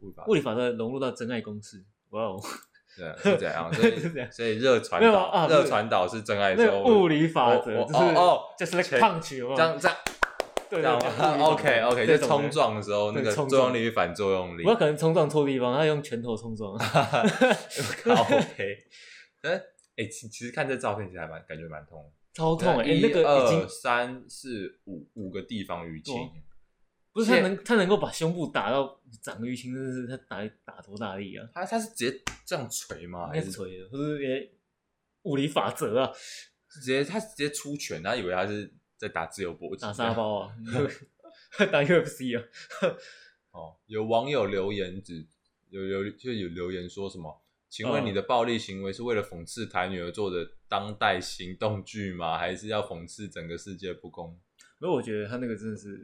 Speaker 1: 物理法
Speaker 2: 物理法则融入到真爱公式，哇哦，
Speaker 1: 对啊是这样，所
Speaker 2: 是这
Speaker 1: 以
Speaker 2: 样
Speaker 1: 所以热传
Speaker 2: 没有
Speaker 1: 导、
Speaker 2: 啊不是
Speaker 1: 热传导是真爱
Speaker 2: 那
Speaker 1: 说
Speaker 2: 个物理法则
Speaker 1: 我
Speaker 2: 就
Speaker 1: 我
Speaker 2: 是
Speaker 1: 哦哦
Speaker 2: 就是那个
Speaker 1: 全
Speaker 2: 胖曲有没
Speaker 1: 这
Speaker 2: 有？
Speaker 1: 样这样这
Speaker 2: 对对
Speaker 1: 样
Speaker 2: 对 物理法则
Speaker 1: ，OK OK，
Speaker 2: 这
Speaker 1: 就
Speaker 2: 种
Speaker 1: 冲
Speaker 2: 的
Speaker 1: 撞的时候那
Speaker 2: 对
Speaker 1: 个
Speaker 2: 冲
Speaker 1: 作用
Speaker 2: 撞
Speaker 1: 力与反作用力，
Speaker 2: 我 可能冲撞错地方，他用拳头冲撞。啊
Speaker 1: 靠 背。哎、欸，其其实看这照片，其实还蛮感觉蛮痛的。
Speaker 2: 超痛哎、欸
Speaker 1: 一
Speaker 2: 那个已经
Speaker 1: 二三四五五个地方淤
Speaker 2: 对啊
Speaker 1: 青，
Speaker 2: 不是他
Speaker 1: 谢
Speaker 2: 能他能够把胸部打到长淤青，真的是他打打多大力啊？
Speaker 1: 他他是直接这样捶吗？
Speaker 2: 应
Speaker 1: 啊还
Speaker 2: 该
Speaker 1: 是
Speaker 2: 是锤的，或者是也物理法则啊，
Speaker 1: 直接他直接出拳？他以为他是在打自由搏击，
Speaker 2: 打沙。包啊，打 UFC 啊，
Speaker 1: 哦，有网友留言指有有就有留言说什么？请问
Speaker 2: 嗯
Speaker 1: 你的暴力行为是为了讽刺台女而做的当代行动剧吗？ 还是要讽刺整个世界不公？
Speaker 2: 没有，我觉得他那个真的是，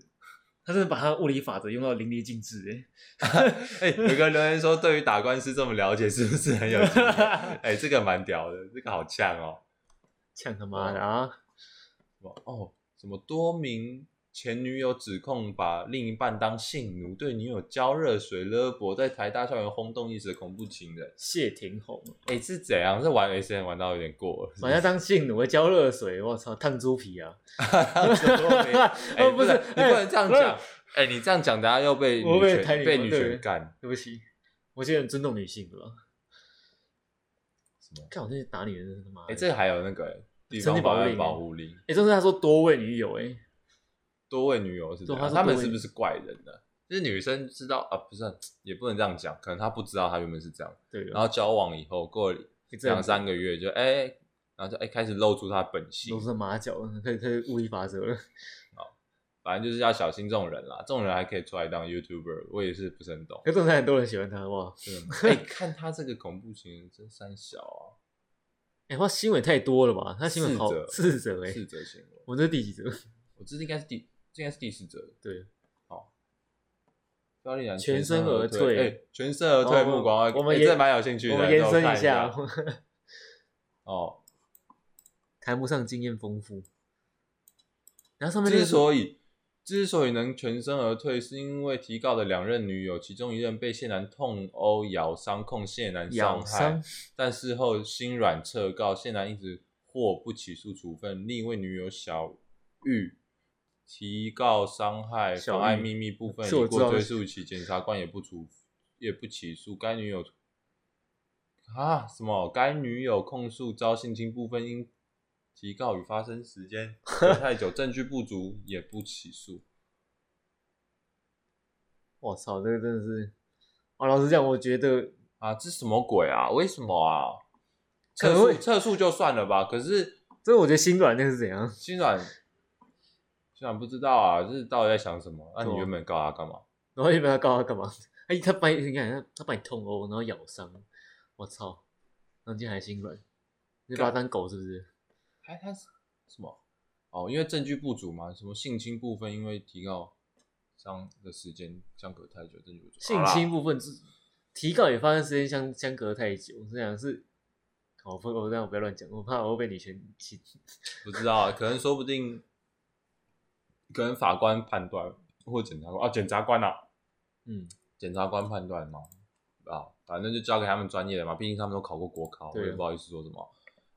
Speaker 2: 他真的把他物理法则用到淋漓尽致哎、
Speaker 1: 哎、有个留言说，对于打官司这么了解，是不是很有 经验？哎、这个蛮屌的，这个好呛哦。
Speaker 2: 呛他妈的啊！
Speaker 1: 哦，什么多名前女友指控把另一半当性奴，对女友浇热水勒脖，在台大校园轰动一时的恐怖情人。
Speaker 2: 谢霆锋，
Speaker 1: 哎、是怎样？是玩 S N 玩到有点过了，是不
Speaker 2: 把
Speaker 1: 是
Speaker 2: 他当性奴，浇热水，我操，烫猪皮啊！
Speaker 1: 多 名哎、
Speaker 2: 哦，不是，
Speaker 1: 你不能这样
Speaker 2: 哎
Speaker 1: 讲。哎、你这样讲，大家又被
Speaker 2: 我
Speaker 1: 女
Speaker 2: 被
Speaker 1: 权
Speaker 2: 台女
Speaker 1: 被
Speaker 2: 骂
Speaker 1: 女
Speaker 2: 对
Speaker 1: 权干。
Speaker 2: 对不起，我现在很尊重女性的吧？
Speaker 1: 什么
Speaker 2: 看我那些打女人真是他妈
Speaker 1: 哎、
Speaker 2: 的！欸
Speaker 1: 这个还有那个、哎地
Speaker 2: 身
Speaker 1: 方
Speaker 2: 体
Speaker 1: 保
Speaker 2: 保护
Speaker 1: 安
Speaker 2: 令
Speaker 1: 保护令，
Speaker 2: 哎，真是他说多位女友哎、
Speaker 1: 多位女友是怎
Speaker 2: 对
Speaker 1: 样？
Speaker 2: 他是
Speaker 1: 他们
Speaker 2: 多位
Speaker 1: 是不是怪人呢、就是女生知道啊，不是也不能这样讲，可能她不知道她原本是这样，
Speaker 2: 对，啊
Speaker 1: 然后交往以后过了
Speaker 2: 一阵子
Speaker 1: 两三个月就哎、然后就哎、开始露出她本性
Speaker 2: 露，出马脚了，开始开始物理法则了。
Speaker 1: 反正就是要小心这种人啦，这种人还可以出来当 YouTuber，我也是不是很懂。
Speaker 2: 可是真的很多人喜欢他哇！
Speaker 1: 真的吗 哎、看他这个恐怖情人真三小啊，
Speaker 2: 哎、他新闻也太多了吧？他新闻好
Speaker 1: 四
Speaker 2: 四则哎，
Speaker 1: 四则行为，
Speaker 2: 我这是第几则？
Speaker 1: 我这应该是第这应该是第四则，
Speaker 2: 对，
Speaker 1: 高丽然
Speaker 2: 全身而
Speaker 1: 退，
Speaker 2: 退
Speaker 1: 哎、全身而退，
Speaker 2: 哦
Speaker 1: 目光外
Speaker 2: 我们
Speaker 1: 哎
Speaker 2: 延
Speaker 1: 这蛮有兴趣的，
Speaker 2: 我们
Speaker 1: 这
Speaker 2: 延伸
Speaker 1: 看一
Speaker 2: 下，
Speaker 1: 哦。
Speaker 2: 谈不上经验丰富。然后上面那
Speaker 1: 之
Speaker 2: 个
Speaker 1: 所以之所以能全身而退，是因为提告的两任女友，其中一任被谢楠痛殴咬伤，控谢楠伤
Speaker 2: 咬
Speaker 1: 害
Speaker 2: 伤，，
Speaker 1: 但事后心软撤告，谢楠一直获不起诉处分。另一位女友小玉提告伤害、
Speaker 2: 小玉
Speaker 1: 妨碍秘密部分
Speaker 2: 是我
Speaker 1: 已
Speaker 2: 知道
Speaker 1: 过
Speaker 2: 的
Speaker 1: 追诉期，检察官也不处也不起诉该女友。啊，什么？该女友控诉遭性侵部分因提告与发生时 间隔太久，证据不足，也不起诉。
Speaker 2: 我操，这个真的是……哦，老实讲，我觉得
Speaker 1: 啊，这什么鬼啊？为什么啊？
Speaker 2: 可
Speaker 1: 撤
Speaker 2: 能会
Speaker 1: 诉撤诉就算了吧，可是
Speaker 2: 这我觉得心软那是怎样？
Speaker 1: 心软，心软不知道啊，就是到底在想什么？那、
Speaker 2: 对
Speaker 1: 你
Speaker 2: 啊
Speaker 1: 原本告他干嘛？
Speaker 2: 然后也不要告他干嘛？哎，他把你你看他他把你痛殴，然后咬伤，我操！然后你竟然还心软，你把他当狗是不是？
Speaker 1: 还他是什么？哦，因为证据不足嘛，什么性侵部分因为提告伤的时间相隔太久，证据不足。
Speaker 2: 性侵部分是提告也发生时间相相隔太久，这样是。好我不，我这样我不要乱讲，我怕我会被女权起。
Speaker 1: 不知道啊，可能说不定，可能法官判断或检察官啊，检察官啊，
Speaker 2: 嗯，
Speaker 1: 检察官判断嘛，啊，反正就交给他们专业的嘛，毕竟他们都考过国考，我
Speaker 2: 对啊
Speaker 1: 也不好意思说什么。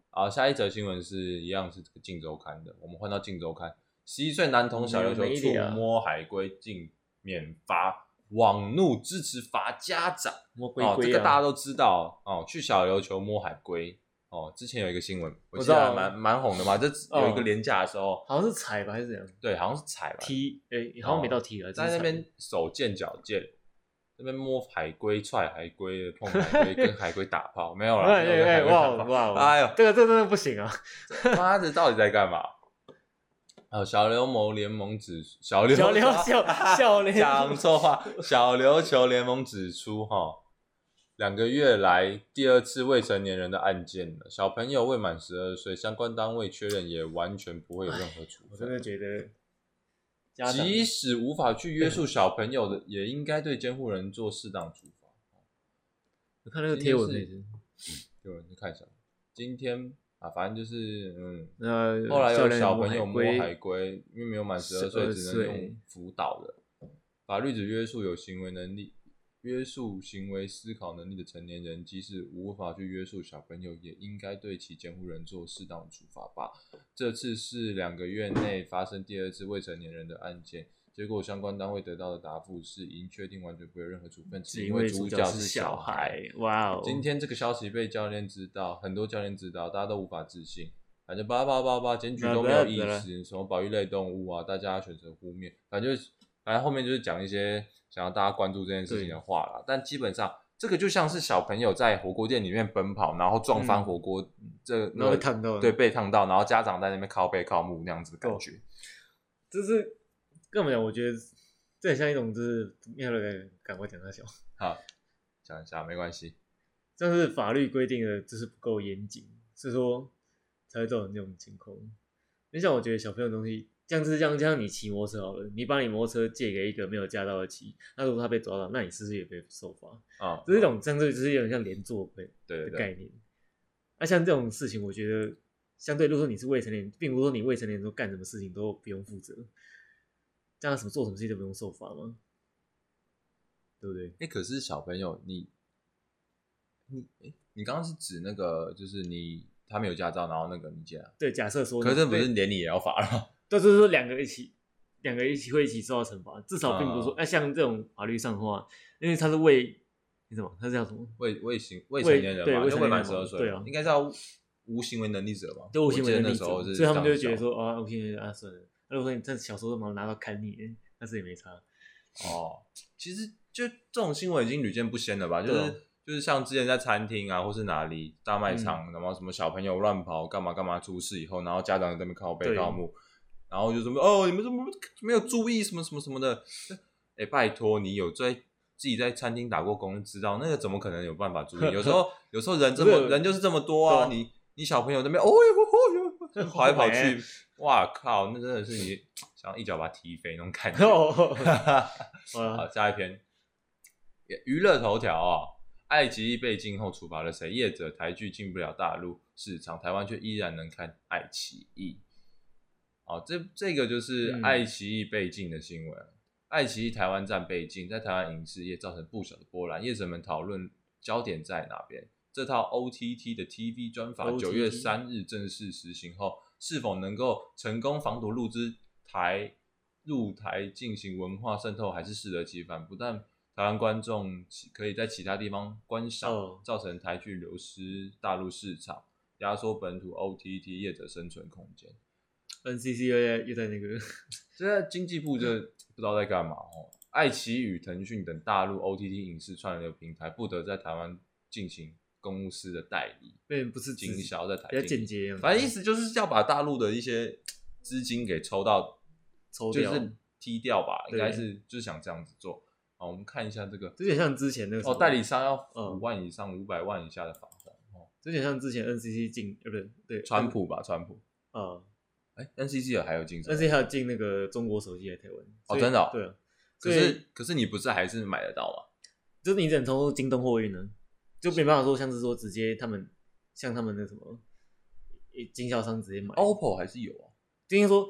Speaker 1: 啊，下一则新闻是一样是这个《镜周刊》的，我们换到《镜周刊》，十一岁男童小琉球
Speaker 2: 嗯没
Speaker 1: 触
Speaker 2: 理啊
Speaker 1: 摸海龟竟免罚，网怒支持罚家长。
Speaker 2: 摸龟
Speaker 1: 哦，这
Speaker 2: 龟
Speaker 1: 个大
Speaker 2: 啊，
Speaker 1: 家都知道哦，去小琉球摸海龟哦，之前有一个新闻，
Speaker 2: 我
Speaker 1: 记得
Speaker 2: 知道
Speaker 1: 还
Speaker 2: 哦
Speaker 1: 蛮蛮红的嘛，这有一个廉价的时候，
Speaker 2: 好像是踩吧还是怎样
Speaker 1: 对，好像是踩吧，哦
Speaker 2: 踢，诶、好像没到踢啊了，
Speaker 1: 在那边手贱脚贱，那边摸海龟、踹海龟、碰海龟、跟海龟打炮，没有啦，
Speaker 2: 哎
Speaker 1: 没有
Speaker 2: 哎哎，
Speaker 1: 跟
Speaker 2: 哇
Speaker 1: 海龟打
Speaker 2: 哦
Speaker 1: 炮
Speaker 2: 哇哦，
Speaker 1: 哎呦
Speaker 2: 这个这个真的不行 啊！
Speaker 1: 妈的，到底在干嘛？哦，小流氓联盟指小流
Speaker 2: 小琉小小琉
Speaker 1: 讲错话，小琉球联盟指出，哈，两个月来第二次未成年人的案件了，小朋友未满十二岁，相关单位确认也完全不会有任何处
Speaker 2: 哎我真
Speaker 1: 分。
Speaker 2: 的觉得家长
Speaker 1: 即使无法去约束小朋友的，也应该对监护人做适当处罚。
Speaker 2: 我看那个贴文那
Speaker 1: 今
Speaker 2: 是，
Speaker 1: 有人去看一下，今天啊，反正就是嗯，
Speaker 2: 呃，
Speaker 1: 后来
Speaker 2: 教
Speaker 1: 有
Speaker 2: 练
Speaker 1: 小朋友摸
Speaker 2: 摸
Speaker 1: 海龟，因为没有满十二岁，
Speaker 2: 12
Speaker 1: 只能用
Speaker 2: 岁
Speaker 1: 辅导的。法律只约束有行为能力、约束行为思考能力的成年人，即使无法去约束小朋友，也应该对其监护人做适当的处罚吧。这次是两个月内发生第二次未成年人的案件，结果相关单位得到的答复是，已经确定完全不会有任何处分，
Speaker 2: 是
Speaker 1: 只
Speaker 2: 因
Speaker 1: 因为
Speaker 2: 主
Speaker 1: 主
Speaker 2: 角
Speaker 1: 角
Speaker 2: 是
Speaker 1: 是小孩
Speaker 2: 孩。，哇哦！
Speaker 1: 今天这个消息被教练知道，很多教练知道，大家都无法置信。反正叭叭叭叭，检举都没有意
Speaker 2: 对了
Speaker 1: 思，什么保育类动物啊，大家选择忽略。反正就是反正后面就是讲一些想要大家关注这件事情的话啦。但基本上这个就像是小朋友在火锅店里面奔跑，然后撞翻
Speaker 2: 嗯
Speaker 1: 火锅，这
Speaker 2: 然
Speaker 1: 那
Speaker 2: 后被
Speaker 1: 个
Speaker 2: 烫到了，哦
Speaker 1: 对，被烫到，然后家长在那边靠背靠木那样子的感觉。
Speaker 2: 就是根本讲，我觉得这很像一种就是没有人敢我讲他小，
Speaker 1: 好，讲一下没关系。
Speaker 2: 但是法律规定的就是不够严谨，所以说才会造成这种情况。你想，我觉得小朋友的东西，像是像像你骑摩托车好了，你把你摩托车借给一个没有驾照的骑，那如果他被抓到，那你是不是也被受罚？
Speaker 1: 嗯，
Speaker 2: 这是一种，像这就是有点像连坐会
Speaker 1: 对对
Speaker 2: 的
Speaker 1: 对
Speaker 2: 概念。那、像这种事情，我觉得相对，如果说你是未成年，并不是说你未成年的时候干什么事情都不用负责，这样什么做什么事情都不用受罚吗？对不对？
Speaker 1: 哎、可是小朋友，你你哎、你刚刚是指那个，就是你他没有驾照，然后那个你借啊？
Speaker 2: 对，假设说你，
Speaker 1: 可是这不是
Speaker 2: 对，
Speaker 1: 连你也要罚了吗？
Speaker 2: 对就是说两个一起，两个一起会一起受到惩罚，至少并不是说，
Speaker 1: 啊
Speaker 2: 那、像这种法律上的话，因为他是为你什么，他是叫什么？
Speaker 1: 未未行未成
Speaker 2: 未
Speaker 1: 年人
Speaker 2: 对
Speaker 1: 嘛，
Speaker 2: 未
Speaker 1: 就
Speaker 2: 成
Speaker 1: 未
Speaker 2: 年
Speaker 1: 满
Speaker 2: 人
Speaker 1: 十
Speaker 2: 嘛
Speaker 1: 二岁
Speaker 2: 对
Speaker 1: 嘛，
Speaker 2: 啊
Speaker 1: 应该叫无行为能力者吧？
Speaker 2: 对我
Speaker 1: 我
Speaker 2: 行
Speaker 1: 记
Speaker 2: 为
Speaker 1: 得
Speaker 2: 能
Speaker 1: 那
Speaker 2: 力
Speaker 1: 时
Speaker 2: 者，
Speaker 1: 候是，
Speaker 2: 所以他们就会觉得，说啊，我现在啊算了，啊如果你这小时候嘛拿到砍你，但是 也没差。
Speaker 1: 哦，其实就这种新闻已经屡见不鲜了吧？就
Speaker 2: 对啊
Speaker 1: 是。就是像之前在餐厅啊，或是哪里大
Speaker 2: 嗯
Speaker 1: 卖场，然后什么小朋友乱跑，干嘛干嘛出事以后，然后家长在那边靠背
Speaker 2: 对
Speaker 1: 靠木，然后就什么哦，你们怎么没有注意什么什么什么的？哎、拜托，你有在自己在餐厅打过工，知道那个怎么可能有办法注意？有时 候有时候人这
Speaker 2: 不
Speaker 1: 么
Speaker 2: 是
Speaker 1: 人就是这么多啊，
Speaker 2: 对
Speaker 1: 你你小朋友那边哦哟哦哟，跑来跑去
Speaker 2: 哎，
Speaker 1: 哇靠，那真的是你想要一脚把他踢飞那种感 觉。
Speaker 2: 哦，
Speaker 1: 好，
Speaker 2: 啊，
Speaker 1: 下一篇，娱乐头条哦，爱奇艺被禁后处罚了谁？业者台剧进不了大陆市场，台湾却依然能看爱奇艺。哦，这这个就是
Speaker 2: 嗯
Speaker 1: 爱奇艺被禁的新闻。爱奇艺台湾站被禁，在台湾影视业造成不小的波澜，业者们讨论焦点在哪边？这套 OTT 的 TV 专法
Speaker 2: OTT
Speaker 1: 九月三日正式实行后，是否能够成功防堵入资台入台进行文化渗透，还是适得其反？不但台湾观众其可以在其他地方观赏
Speaker 2: 哦，
Speaker 1: 造成台剧流失大陆市场，压缩本土 OTT 业者生存空间。
Speaker 2: NCC 又在又在那个，
Speaker 1: 现在经济部就不知道在干嘛哦。爱奇艺与腾讯等大陆 OTT 影视串流平台不得在台湾进行公司的代理
Speaker 2: 对，不是直
Speaker 1: 经销，在台
Speaker 2: 比较
Speaker 1: 经
Speaker 2: 间接一样，
Speaker 1: 反正意思就是要把大陆的一些资金给抽到，
Speaker 2: 抽
Speaker 1: 就
Speaker 2: 掉，
Speaker 1: 是踢掉吧，应
Speaker 2: 对
Speaker 1: 该是就是想这样子做。好，我们看一下这个
Speaker 2: 这有点像之前那个什
Speaker 1: 哦，
Speaker 2: 么
Speaker 1: 代理，商要
Speaker 2: 嗯
Speaker 1: 五万以上五百万以下的罚款哦。
Speaker 2: 这有点像之前 NCC 进，呃，不对，对，
Speaker 1: 川普
Speaker 2: 嗯
Speaker 1: 吧，川普，
Speaker 2: 啊
Speaker 1: 哎，NCC 有还有竞争，
Speaker 2: ，NCC 还有进那个中国手机来台湾，所以
Speaker 1: 真的哦
Speaker 2: 对啊，
Speaker 1: 可
Speaker 2: 所以
Speaker 1: 是可是你不是还是买得到啊吗？
Speaker 2: 就是你只能通过京东货运呢，就没办法说像是说直接他们像他们那什么，诶经销商直接买
Speaker 1: OPPO 还是有啊，
Speaker 2: 今天说，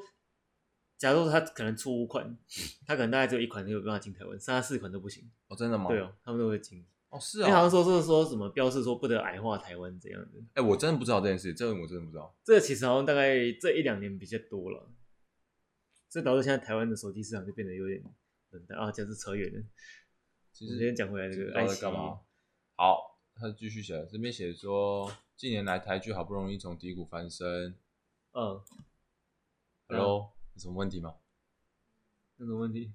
Speaker 2: 假如说他可能出五款，他可能大概只有一款没有办法进台湾，剩下四款都不行。
Speaker 1: 哦，真的吗？
Speaker 2: 对哦，他们都会进。
Speaker 1: 哦，是
Speaker 2: 因
Speaker 1: 啊，
Speaker 2: 为好像说是说什么标示说不得矮化台湾怎样的，
Speaker 1: 哎、我真的不知道这件事，这个我真的不知道。
Speaker 2: 这个其实好像大概这一两年比较多了，这导致现在台湾的手机市场就变得有点冷淡啊。这样是扯远了，
Speaker 1: 其
Speaker 2: 我们
Speaker 1: 实
Speaker 2: 先讲回来这
Speaker 1: 这
Speaker 2: 个
Speaker 1: 个
Speaker 2: 爱
Speaker 1: 爱
Speaker 2: 奇
Speaker 1: 干嘛
Speaker 2: 艺，？
Speaker 1: 好，他继续写，这边写说近年来台剧好不容易从低谷翻身。
Speaker 2: 嗯，嗯
Speaker 1: Hello，、有什么问题吗？
Speaker 2: 那种问题，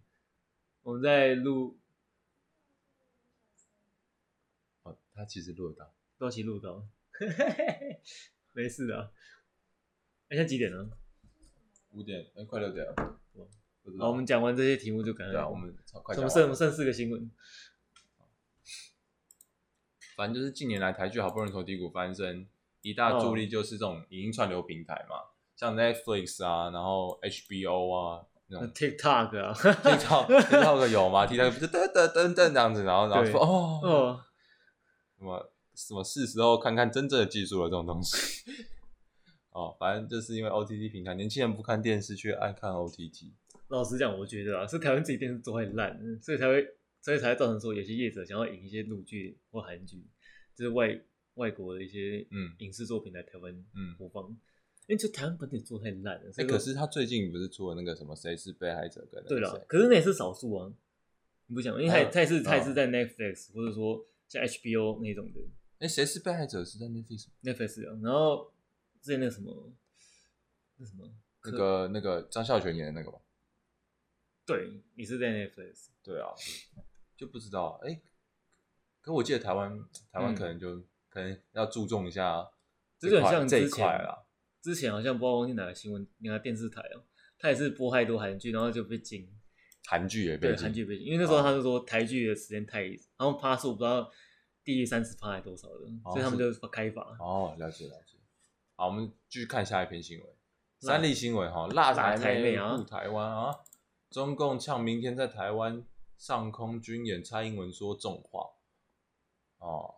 Speaker 2: 我们在录
Speaker 1: 哦，他其实录得到，
Speaker 2: 都要一起录到， 没事的啊。哎，现在几点了？
Speaker 1: 五点，哎，快六点了。不知道
Speaker 2: 哦好，我们讲完这些题目就感恩。
Speaker 1: 对啊，我们超快
Speaker 2: 我
Speaker 1: 讲完
Speaker 2: 们剩我
Speaker 1: 了
Speaker 2: 们。剩四个新闻。
Speaker 1: 反正就是近年来台剧好不容易从低谷翻身，一大助力就是这种影音串流平台嘛，像 Netflix 啊，然后 HBO 啊那
Speaker 2: 那
Speaker 1: 种
Speaker 2: TikTok 啊，
Speaker 1: ，TikTok TikTok 有吗？TikTok 不是噔噔噔噔这样子，然后然后说
Speaker 2: 对
Speaker 1: 哦，
Speaker 2: 哦，
Speaker 1: 什么什么是时候看看真正的技术了这种东西。 哦，反正就是因为 OTT 平台，年轻人不看电视却爱看 OTT。
Speaker 2: 老实讲，我觉得啊，是台湾自己电视做很烂，嗯所以才会，所以才会造成说有些业者想要引一些陆剧或韩剧，就是外外国的一些
Speaker 1: 嗯
Speaker 2: 影视作品来台湾
Speaker 1: 嗯
Speaker 2: 播放，因为就台湾本地做太烂了。
Speaker 1: 哎、
Speaker 2: 所以说
Speaker 1: 可是他最近不是出了那个什么谁是被害者跟那
Speaker 2: 对
Speaker 1: 个
Speaker 2: 了
Speaker 1: 谁，？
Speaker 2: 可是那也是少数啊，你不讲，因为他也
Speaker 1: 还有
Speaker 2: 他也是他也
Speaker 1: 哦
Speaker 2: 是在 Netflix 或者说像 HBO 那种的
Speaker 1: 哎、谁是被害者是在 Netflix 吗
Speaker 2: Netflix 啊，然后之前那个什么那什么
Speaker 1: 那个那个张孝全演的那个吧？
Speaker 2: 对，也是在 Netflix。
Speaker 1: 对啊， 就不知道哎、诶可我记得台湾台湾可能就、可能要注重一下
Speaker 2: 嗯这
Speaker 1: 这
Speaker 2: 就很
Speaker 1: 块
Speaker 2: 像
Speaker 1: 这一
Speaker 2: 之前
Speaker 1: 块啦。
Speaker 2: 之前好像不知道忘记哪个新闻，哪个电视台哦、他也是播太多韩剧，然后就被禁。
Speaker 1: 韩剧也被
Speaker 2: 对，
Speaker 1: 禁哦
Speaker 2: 韩剧被禁，因为那时候他就说台剧的时间太，然后趴数不知道低于三十趴还多少的，
Speaker 1: 哦
Speaker 2: 所以他们
Speaker 1: 是
Speaker 2: 就开罚。
Speaker 1: 哦，了解了解。好，我们继续看下一篇新闻，
Speaker 2: 辣
Speaker 1: 三立新闻哈，辣
Speaker 2: 辣台
Speaker 1: 台
Speaker 2: 妹
Speaker 1: 妹
Speaker 2: 啊
Speaker 1: 护台湾啊，中共呛明天在台湾上空军演，蔡英文说重话哦，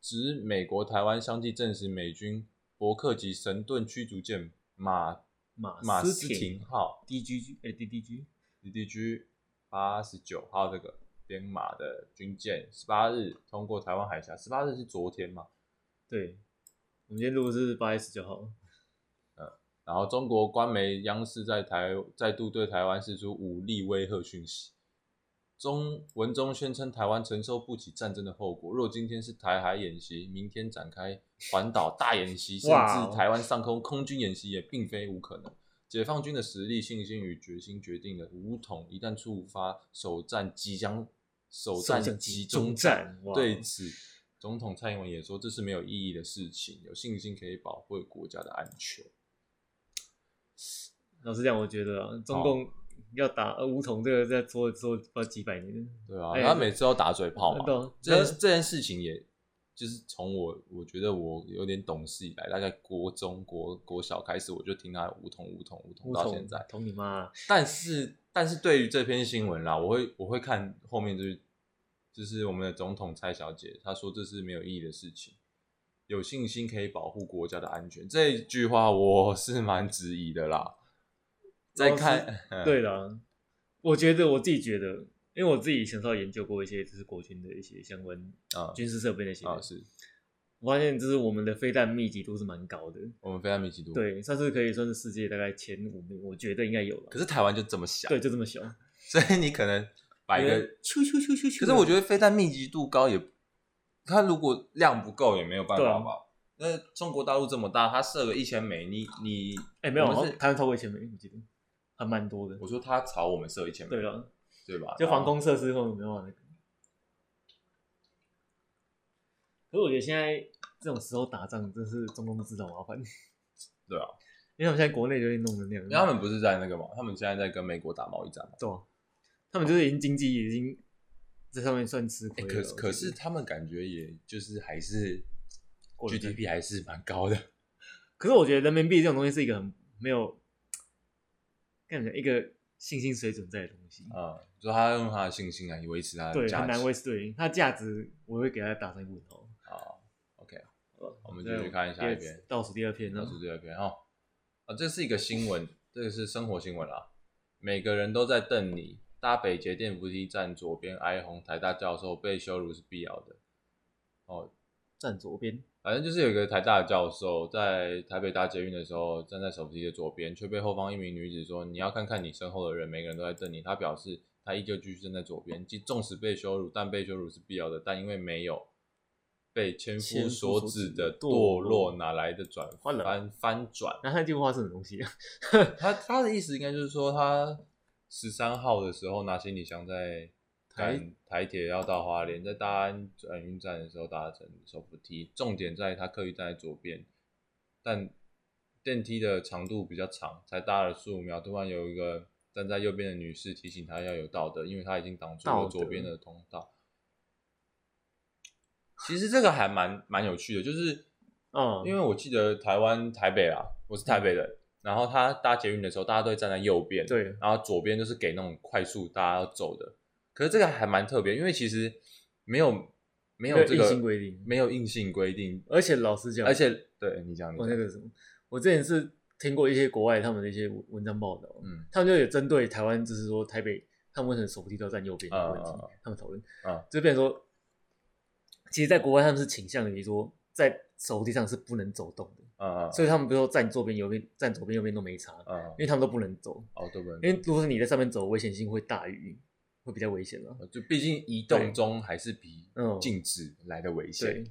Speaker 1: 指美国台湾相继证实美军伯克级神盾驱逐舰马
Speaker 2: 马
Speaker 1: 马斯
Speaker 2: 斯
Speaker 1: 廷号。
Speaker 2: DGG 哎 DDG
Speaker 1: DDG 八十九号这个编码的军舰，十八日通过台湾海峡，十八日是昨天嘛？
Speaker 2: 对，我们今天录的是八月十九号，
Speaker 1: 然后中国官媒央视在台再度对台湾释出武力威吓讯息。中文中宣称台湾承受不起战争的后果，若今天是台海演习，明天展开环岛大演习，甚
Speaker 2: 哇哦
Speaker 1: 至台湾上空空军演习也并非无可能。解放军的实力、信心与决心决定了武统一旦触发，首战即将首战
Speaker 2: 首战
Speaker 1: 集
Speaker 2: 集
Speaker 1: 中
Speaker 2: 中
Speaker 1: 战哦
Speaker 2: 战。哇哦
Speaker 1: 对此，总统蔡英文也说这是没有意义的事情，有信心可以保卫国家的安全。
Speaker 2: 老实讲，我觉得、啊、中共要打呃武统这个在做做不知道几百年，
Speaker 1: 对啊，
Speaker 2: 哎
Speaker 1: 他每次都打嘴炮嘛。
Speaker 2: 懂？
Speaker 1: 这件
Speaker 2: 那
Speaker 1: 这件事情也，就是从我我觉得我有点懂事以来，大概国中国国小开始，我就听他梧桐梧桐梧桐
Speaker 2: 武
Speaker 1: 到
Speaker 2: 统
Speaker 1: 现在。
Speaker 2: 捅你妈啊！
Speaker 1: 但是但是对于这篇新闻啦，我会我会看后面就是就是我们的总统蔡小姐，她说这是没有意义的事情，有信心可以保护国家的安全这一句话，我 是蛮质疑的啦。再看，
Speaker 2: 对啦，我觉得我自己觉得，因为我自己以前稍微研究过一些，就是国军的一些相关
Speaker 1: 啊
Speaker 2: 军事设备那些的，
Speaker 1: 啊，是
Speaker 2: 我发现就是我们的飞弹密集度是蛮高的，
Speaker 1: 我们非常密集度。，
Speaker 2: 对，算是可以算是世界大概前五名，我觉得应该有了。
Speaker 1: 可是台湾就这么小，
Speaker 2: 对，就这么小，
Speaker 1: 所以你可能把一
Speaker 2: 因
Speaker 1: 个
Speaker 2: 为咻咻咻咻咻。
Speaker 1: 可是我觉得飞弹密集度高也，它如果量不够也没有办
Speaker 2: 对啊
Speaker 1: 法吧。那中国大陆这么大，它射个一千枚，你你
Speaker 2: 哎、没有，
Speaker 1: 我
Speaker 2: 好
Speaker 1: 们
Speaker 2: 像
Speaker 1: 是
Speaker 2: 台湾超过一千枚，我记得还蛮多的。
Speaker 1: 我说它朝我们射一千枚，
Speaker 2: 对了，
Speaker 1: 对吧？
Speaker 2: 就防空设施后面没办法那个。可是我觉得现在这种时候打仗，真是中共自找麻烦。
Speaker 1: 对啊，
Speaker 2: 因为他们现在国内就会弄成那样。
Speaker 1: 然后，因为他们不是在那个嘛，他们现在在跟美国打贸易战嘛。
Speaker 2: 对啊、他们就是已经经济已经在上面算吃
Speaker 1: 哎、
Speaker 2: 亏了。
Speaker 1: 可
Speaker 2: 我
Speaker 1: 可
Speaker 2: 觉
Speaker 1: 是
Speaker 2: 得，
Speaker 1: 他们感觉也就是还是
Speaker 2: 过得去
Speaker 1: GDP 还是蛮高的，
Speaker 2: 可是我觉得人民币这种东西是一个很没有，感觉一个信心水准在的东西，
Speaker 1: 嗯，就他用他的信心来维持他的
Speaker 2: 对，
Speaker 1: 呃价
Speaker 2: 很难
Speaker 1: 值
Speaker 2: 维持。对它的价值，我会给它打上一个问号。
Speaker 1: 啊。OK，我们继续看
Speaker 2: 第
Speaker 1: 下
Speaker 2: 二
Speaker 1: 一篇。
Speaker 2: 倒数第二篇，
Speaker 1: 倒
Speaker 2: 然
Speaker 1: 数
Speaker 2: 后
Speaker 1: 第二篇哈。啊，这是一个新闻，这个是生活新闻啦。每个人都在瞪你。搭北捷电扶梯站左边哀鸿台大教授被羞辱是必要的。哦，
Speaker 2: 站左边，
Speaker 1: 反正就是有一个台大的教授在台北搭捷运的时候，站在手扶梯的左边，却被后方一名女子说：“你要看看你身后的人，每个人都在瞪你。”他表示他依旧继续站在左边，即纵使被羞辱，但被羞辱是必要的。但因为没有被千
Speaker 2: 千
Speaker 1: 夫
Speaker 2: 夫
Speaker 1: 所
Speaker 2: 所
Speaker 1: 指
Speaker 2: 指
Speaker 1: 的
Speaker 2: 的
Speaker 1: 堕落
Speaker 2: 堕落
Speaker 1: 哪来的转
Speaker 2: 换了
Speaker 1: 翻翻转？
Speaker 2: 然后那句话是什么东西啊？
Speaker 1: 他他的意思应该就是说，他十三号的时候拿行李箱在
Speaker 2: 台
Speaker 1: 赶台铁要到花莲，在大安转运站的时候搭乘手扶梯，重点在他客运站在左边，但电梯的长度比较长，才搭了十五秒，突然有一个站在右边的女士提醒他要有道德，因为他已经挡住
Speaker 2: 道
Speaker 1: 了
Speaker 2: 德
Speaker 1: 左边的通道。其实这个还蛮蛮有趣的，就是
Speaker 2: 哦，
Speaker 1: 因
Speaker 2: 为
Speaker 1: 为我记得台湾台北啊，我是台北人，然后他搭捷运的时候，大家都会站在右边，，
Speaker 2: 嗯对，
Speaker 1: 然后左边就是给那种快速大家要走的。可是这个还蛮特别，因为其实没有没有
Speaker 2: 没有
Speaker 1: 这个
Speaker 2: 硬性规定
Speaker 1: 没有硬性规定，
Speaker 2: 而且老实讲，
Speaker 1: 而且对你讲，你
Speaker 2: 我
Speaker 1: 讲
Speaker 2: 哦那个什么，我之前是听过一些国外他们的一些文文章报道，
Speaker 1: 嗯
Speaker 2: 他们就有针对台湾，就是说台北他们为什么手扶梯都要站右边的问题，
Speaker 1: 啊啊啊
Speaker 2: 他们讨论，
Speaker 1: 啊
Speaker 2: 就变成说，其实，在国外他们是倾向于说，在手扶梯上是不能走动的，
Speaker 1: 嗯
Speaker 2: 所以他们不是说站左边右边，站左边右边都没差，
Speaker 1: 嗯
Speaker 2: 因为他们都不能走，
Speaker 1: 哦对不能
Speaker 2: 因为如果是你在上面走，危险性会大于，会比较危险了。
Speaker 1: 呃就毕竟移
Speaker 2: 对
Speaker 1: 动中还是比
Speaker 2: 嗯
Speaker 1: 静止来的危险
Speaker 2: 对。，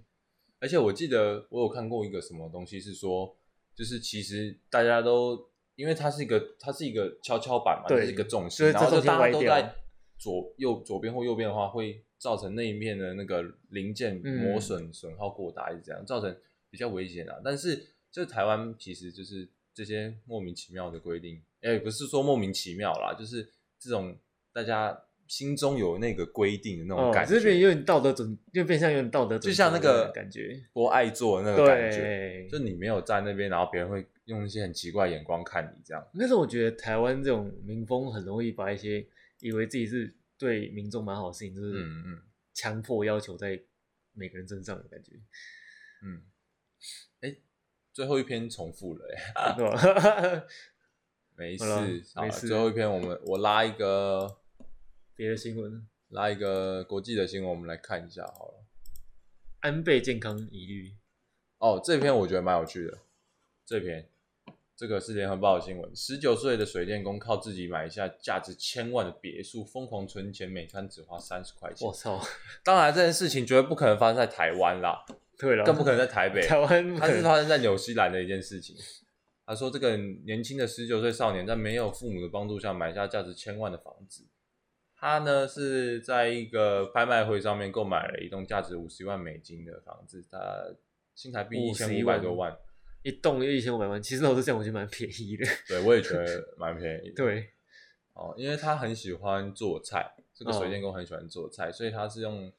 Speaker 1: 而且我记得我有看过一个什么东西，是说，就是其实大家都，因为它是一个它是一个跷跷板嘛，
Speaker 2: 对
Speaker 1: 就是一个重
Speaker 2: 就
Speaker 1: 心，
Speaker 2: 是
Speaker 1: 然后
Speaker 2: 这
Speaker 1: 就
Speaker 2: 重心
Speaker 1: 大家都
Speaker 2: 歪掉
Speaker 1: 在左右左边或右边的话，会造成那一面的那个零件
Speaker 2: 嗯
Speaker 1: 磨损损耗过大，一直这样造成比较危险啊。但是就台湾其实就是这些莫名其妙的规定，哎、不是说莫名其妙啦，就是这种大家心中有那个规定的那种
Speaker 2: 哦，
Speaker 1: 感觉，
Speaker 2: 这边有点道德准，就变相有点道德
Speaker 1: 就
Speaker 2: 准，
Speaker 1: 像那个
Speaker 2: 感觉，
Speaker 1: 博爱座的那个感觉。
Speaker 2: 对，
Speaker 1: 就你没有在那边，然后别人会用一些很奇怪的眼光看你这样。
Speaker 2: 那时候我觉得台湾这种民风很容易把一些以为自己是对民众蛮好的事情，就是
Speaker 1: 嗯嗯
Speaker 2: 强迫要求在每个人身上的 感觉，
Speaker 1: 嗯。哎、最后一篇重复了、哎，
Speaker 2: 对吧？
Speaker 1: 没事
Speaker 2: 好啦，
Speaker 1: 好啦
Speaker 2: 没事
Speaker 1: 最后一篇我们我拉一个
Speaker 2: 别的新闻，
Speaker 1: 拉一个国际的新闻，我们来看一下好了。
Speaker 2: 安倍健康疑虑，
Speaker 1: 哦，这篇我觉得蛮有趣的，这篇。这个是联合报的新闻，十九岁的水电工靠自己买下价值千万的别墅，疯狂存钱，每餐只花三十块钱
Speaker 2: 我。操，
Speaker 1: 当然，这件事情绝对不可能发生在台湾啦，
Speaker 2: 对了，
Speaker 1: 更不可能在台北。
Speaker 2: 台湾不
Speaker 1: 它
Speaker 2: 可
Speaker 1: 是
Speaker 2: 能，
Speaker 1: 发生在纽西兰的一件事情。他说，这个年轻的十九岁少年在没有父母的帮助下买下价值千万的房子。他呢是在一个拍卖会上面购买了一栋价值五十万美金的房子，他新台币一千五
Speaker 2: 51
Speaker 1: 百
Speaker 2: 万
Speaker 1: 多万。
Speaker 2: 一栋一千五百万，其实老实讲，我觉得蛮便宜的，
Speaker 1: 对，我也觉得蛮便宜的。
Speaker 2: 对，
Speaker 1: 哦，因为他很喜欢做菜，这个
Speaker 2: 哦
Speaker 1: 水电工很喜欢做菜，所以他是用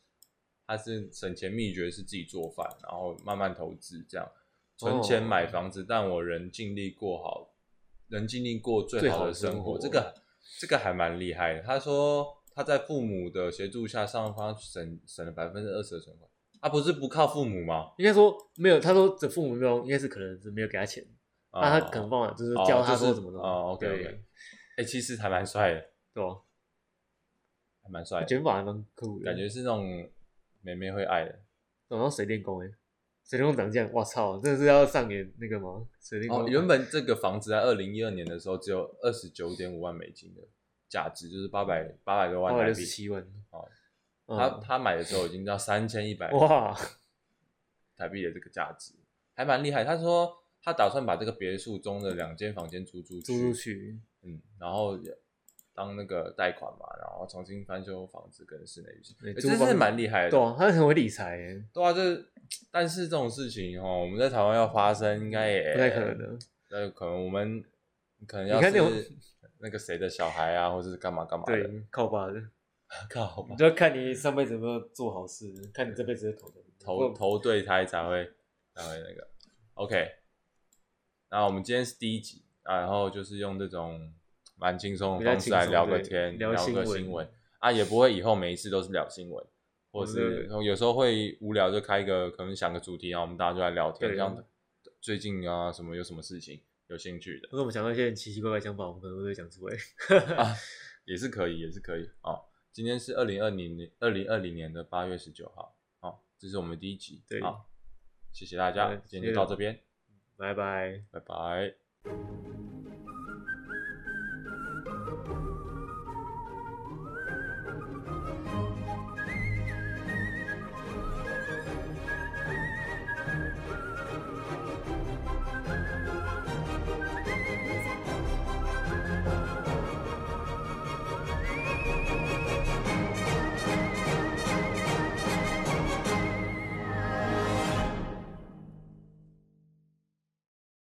Speaker 1: 他是省钱秘诀是自己做饭，然后慢慢投资这样存钱
Speaker 2: 哦
Speaker 1: 买房子，但我能尽力过好，能尽力过最
Speaker 2: 最
Speaker 1: 好
Speaker 2: 好
Speaker 1: 的
Speaker 2: 的生
Speaker 1: 生活，
Speaker 2: 活
Speaker 1: 这个这个还蛮厉害的。他说他在父母的协助下，上方省省了百分之二十的存款，他、不是不靠父母吗？
Speaker 2: 应该说没有，他说这父母没有，应该是可能是没有给他钱，那啊他可能帮忙就是教他说怎么弄，
Speaker 1: 哦，OK
Speaker 2: 对
Speaker 1: OK，哎、其实还蛮帅的，
Speaker 2: 对啊吧？
Speaker 1: 还蛮帅的，
Speaker 2: 卷发还蛮酷的，
Speaker 1: 哎感觉是那种妹妹会爱的。
Speaker 2: 然后水电工哎、水电工长这样，哇操，这是要上演那个吗？水电工、
Speaker 1: 哦，原本这个房子在二零一二年的时候只有二十九点五万美金的价值，就是八百八百多万
Speaker 2: 八百
Speaker 1: 台
Speaker 2: 六
Speaker 1: 币
Speaker 2: 十。七万，
Speaker 1: 哦，
Speaker 2: 嗯
Speaker 1: 他他买的时候已经到三千一百
Speaker 2: 哇，
Speaker 1: 台币的这个价值，还蛮厉害。他说他打算把这个别墅中的两间房间租出去，
Speaker 2: 租出去，
Speaker 1: 嗯，然后也当那个贷款嘛，然后重新翻修房子跟室内浴室，
Speaker 2: 对
Speaker 1: 诶
Speaker 2: 租
Speaker 1: 这
Speaker 2: 房
Speaker 1: 是蛮厉害的。
Speaker 2: 对啊，他很会理财欸耶，
Speaker 1: 对啊，这但是这种事情哦，我们在台湾要发生，应该也
Speaker 2: 不太可能
Speaker 1: 哎
Speaker 2: 的。
Speaker 1: 那可能我们可能要
Speaker 2: 你看那种
Speaker 1: 是那个谁的小孩啊，或者是干嘛干嘛的，
Speaker 2: 对，靠爸的，
Speaker 1: 靠吧，
Speaker 2: 你就要看你上辈子有没有做好事，看你这辈子的头的
Speaker 1: 投投对胎才会才会那个。OK，那我们今天是第一集，啊、然后就是用这种蛮轻松的
Speaker 2: 比较
Speaker 1: 方式来
Speaker 2: 轻松
Speaker 1: 聊个
Speaker 2: 对
Speaker 1: 天，
Speaker 2: 聊
Speaker 1: 聊
Speaker 2: 新
Speaker 1: 个
Speaker 2: 闻
Speaker 1: 新闻啊，也不会以后每一次都是聊新闻。或是
Speaker 2: 哦对
Speaker 1: 有时候会无聊，就开一个可能想个主题，然后我们大家就来聊天，
Speaker 2: 对
Speaker 1: 像最近啊什么有什么事情有兴趣的，
Speaker 2: 如果我们想到一些很奇奇怪怪的想法，我们可能会讲出来。
Speaker 1: 啊， 也是可以，也是可以哦。今天是二零二零年二零二零年的八月十九号，好、哦，这是我们第一集，
Speaker 2: 对
Speaker 1: 好，谢谢大家
Speaker 2: 嗯，
Speaker 1: 今天就到
Speaker 2: 谢谢
Speaker 1: 这边，
Speaker 2: 拜拜。
Speaker 1: 拜拜。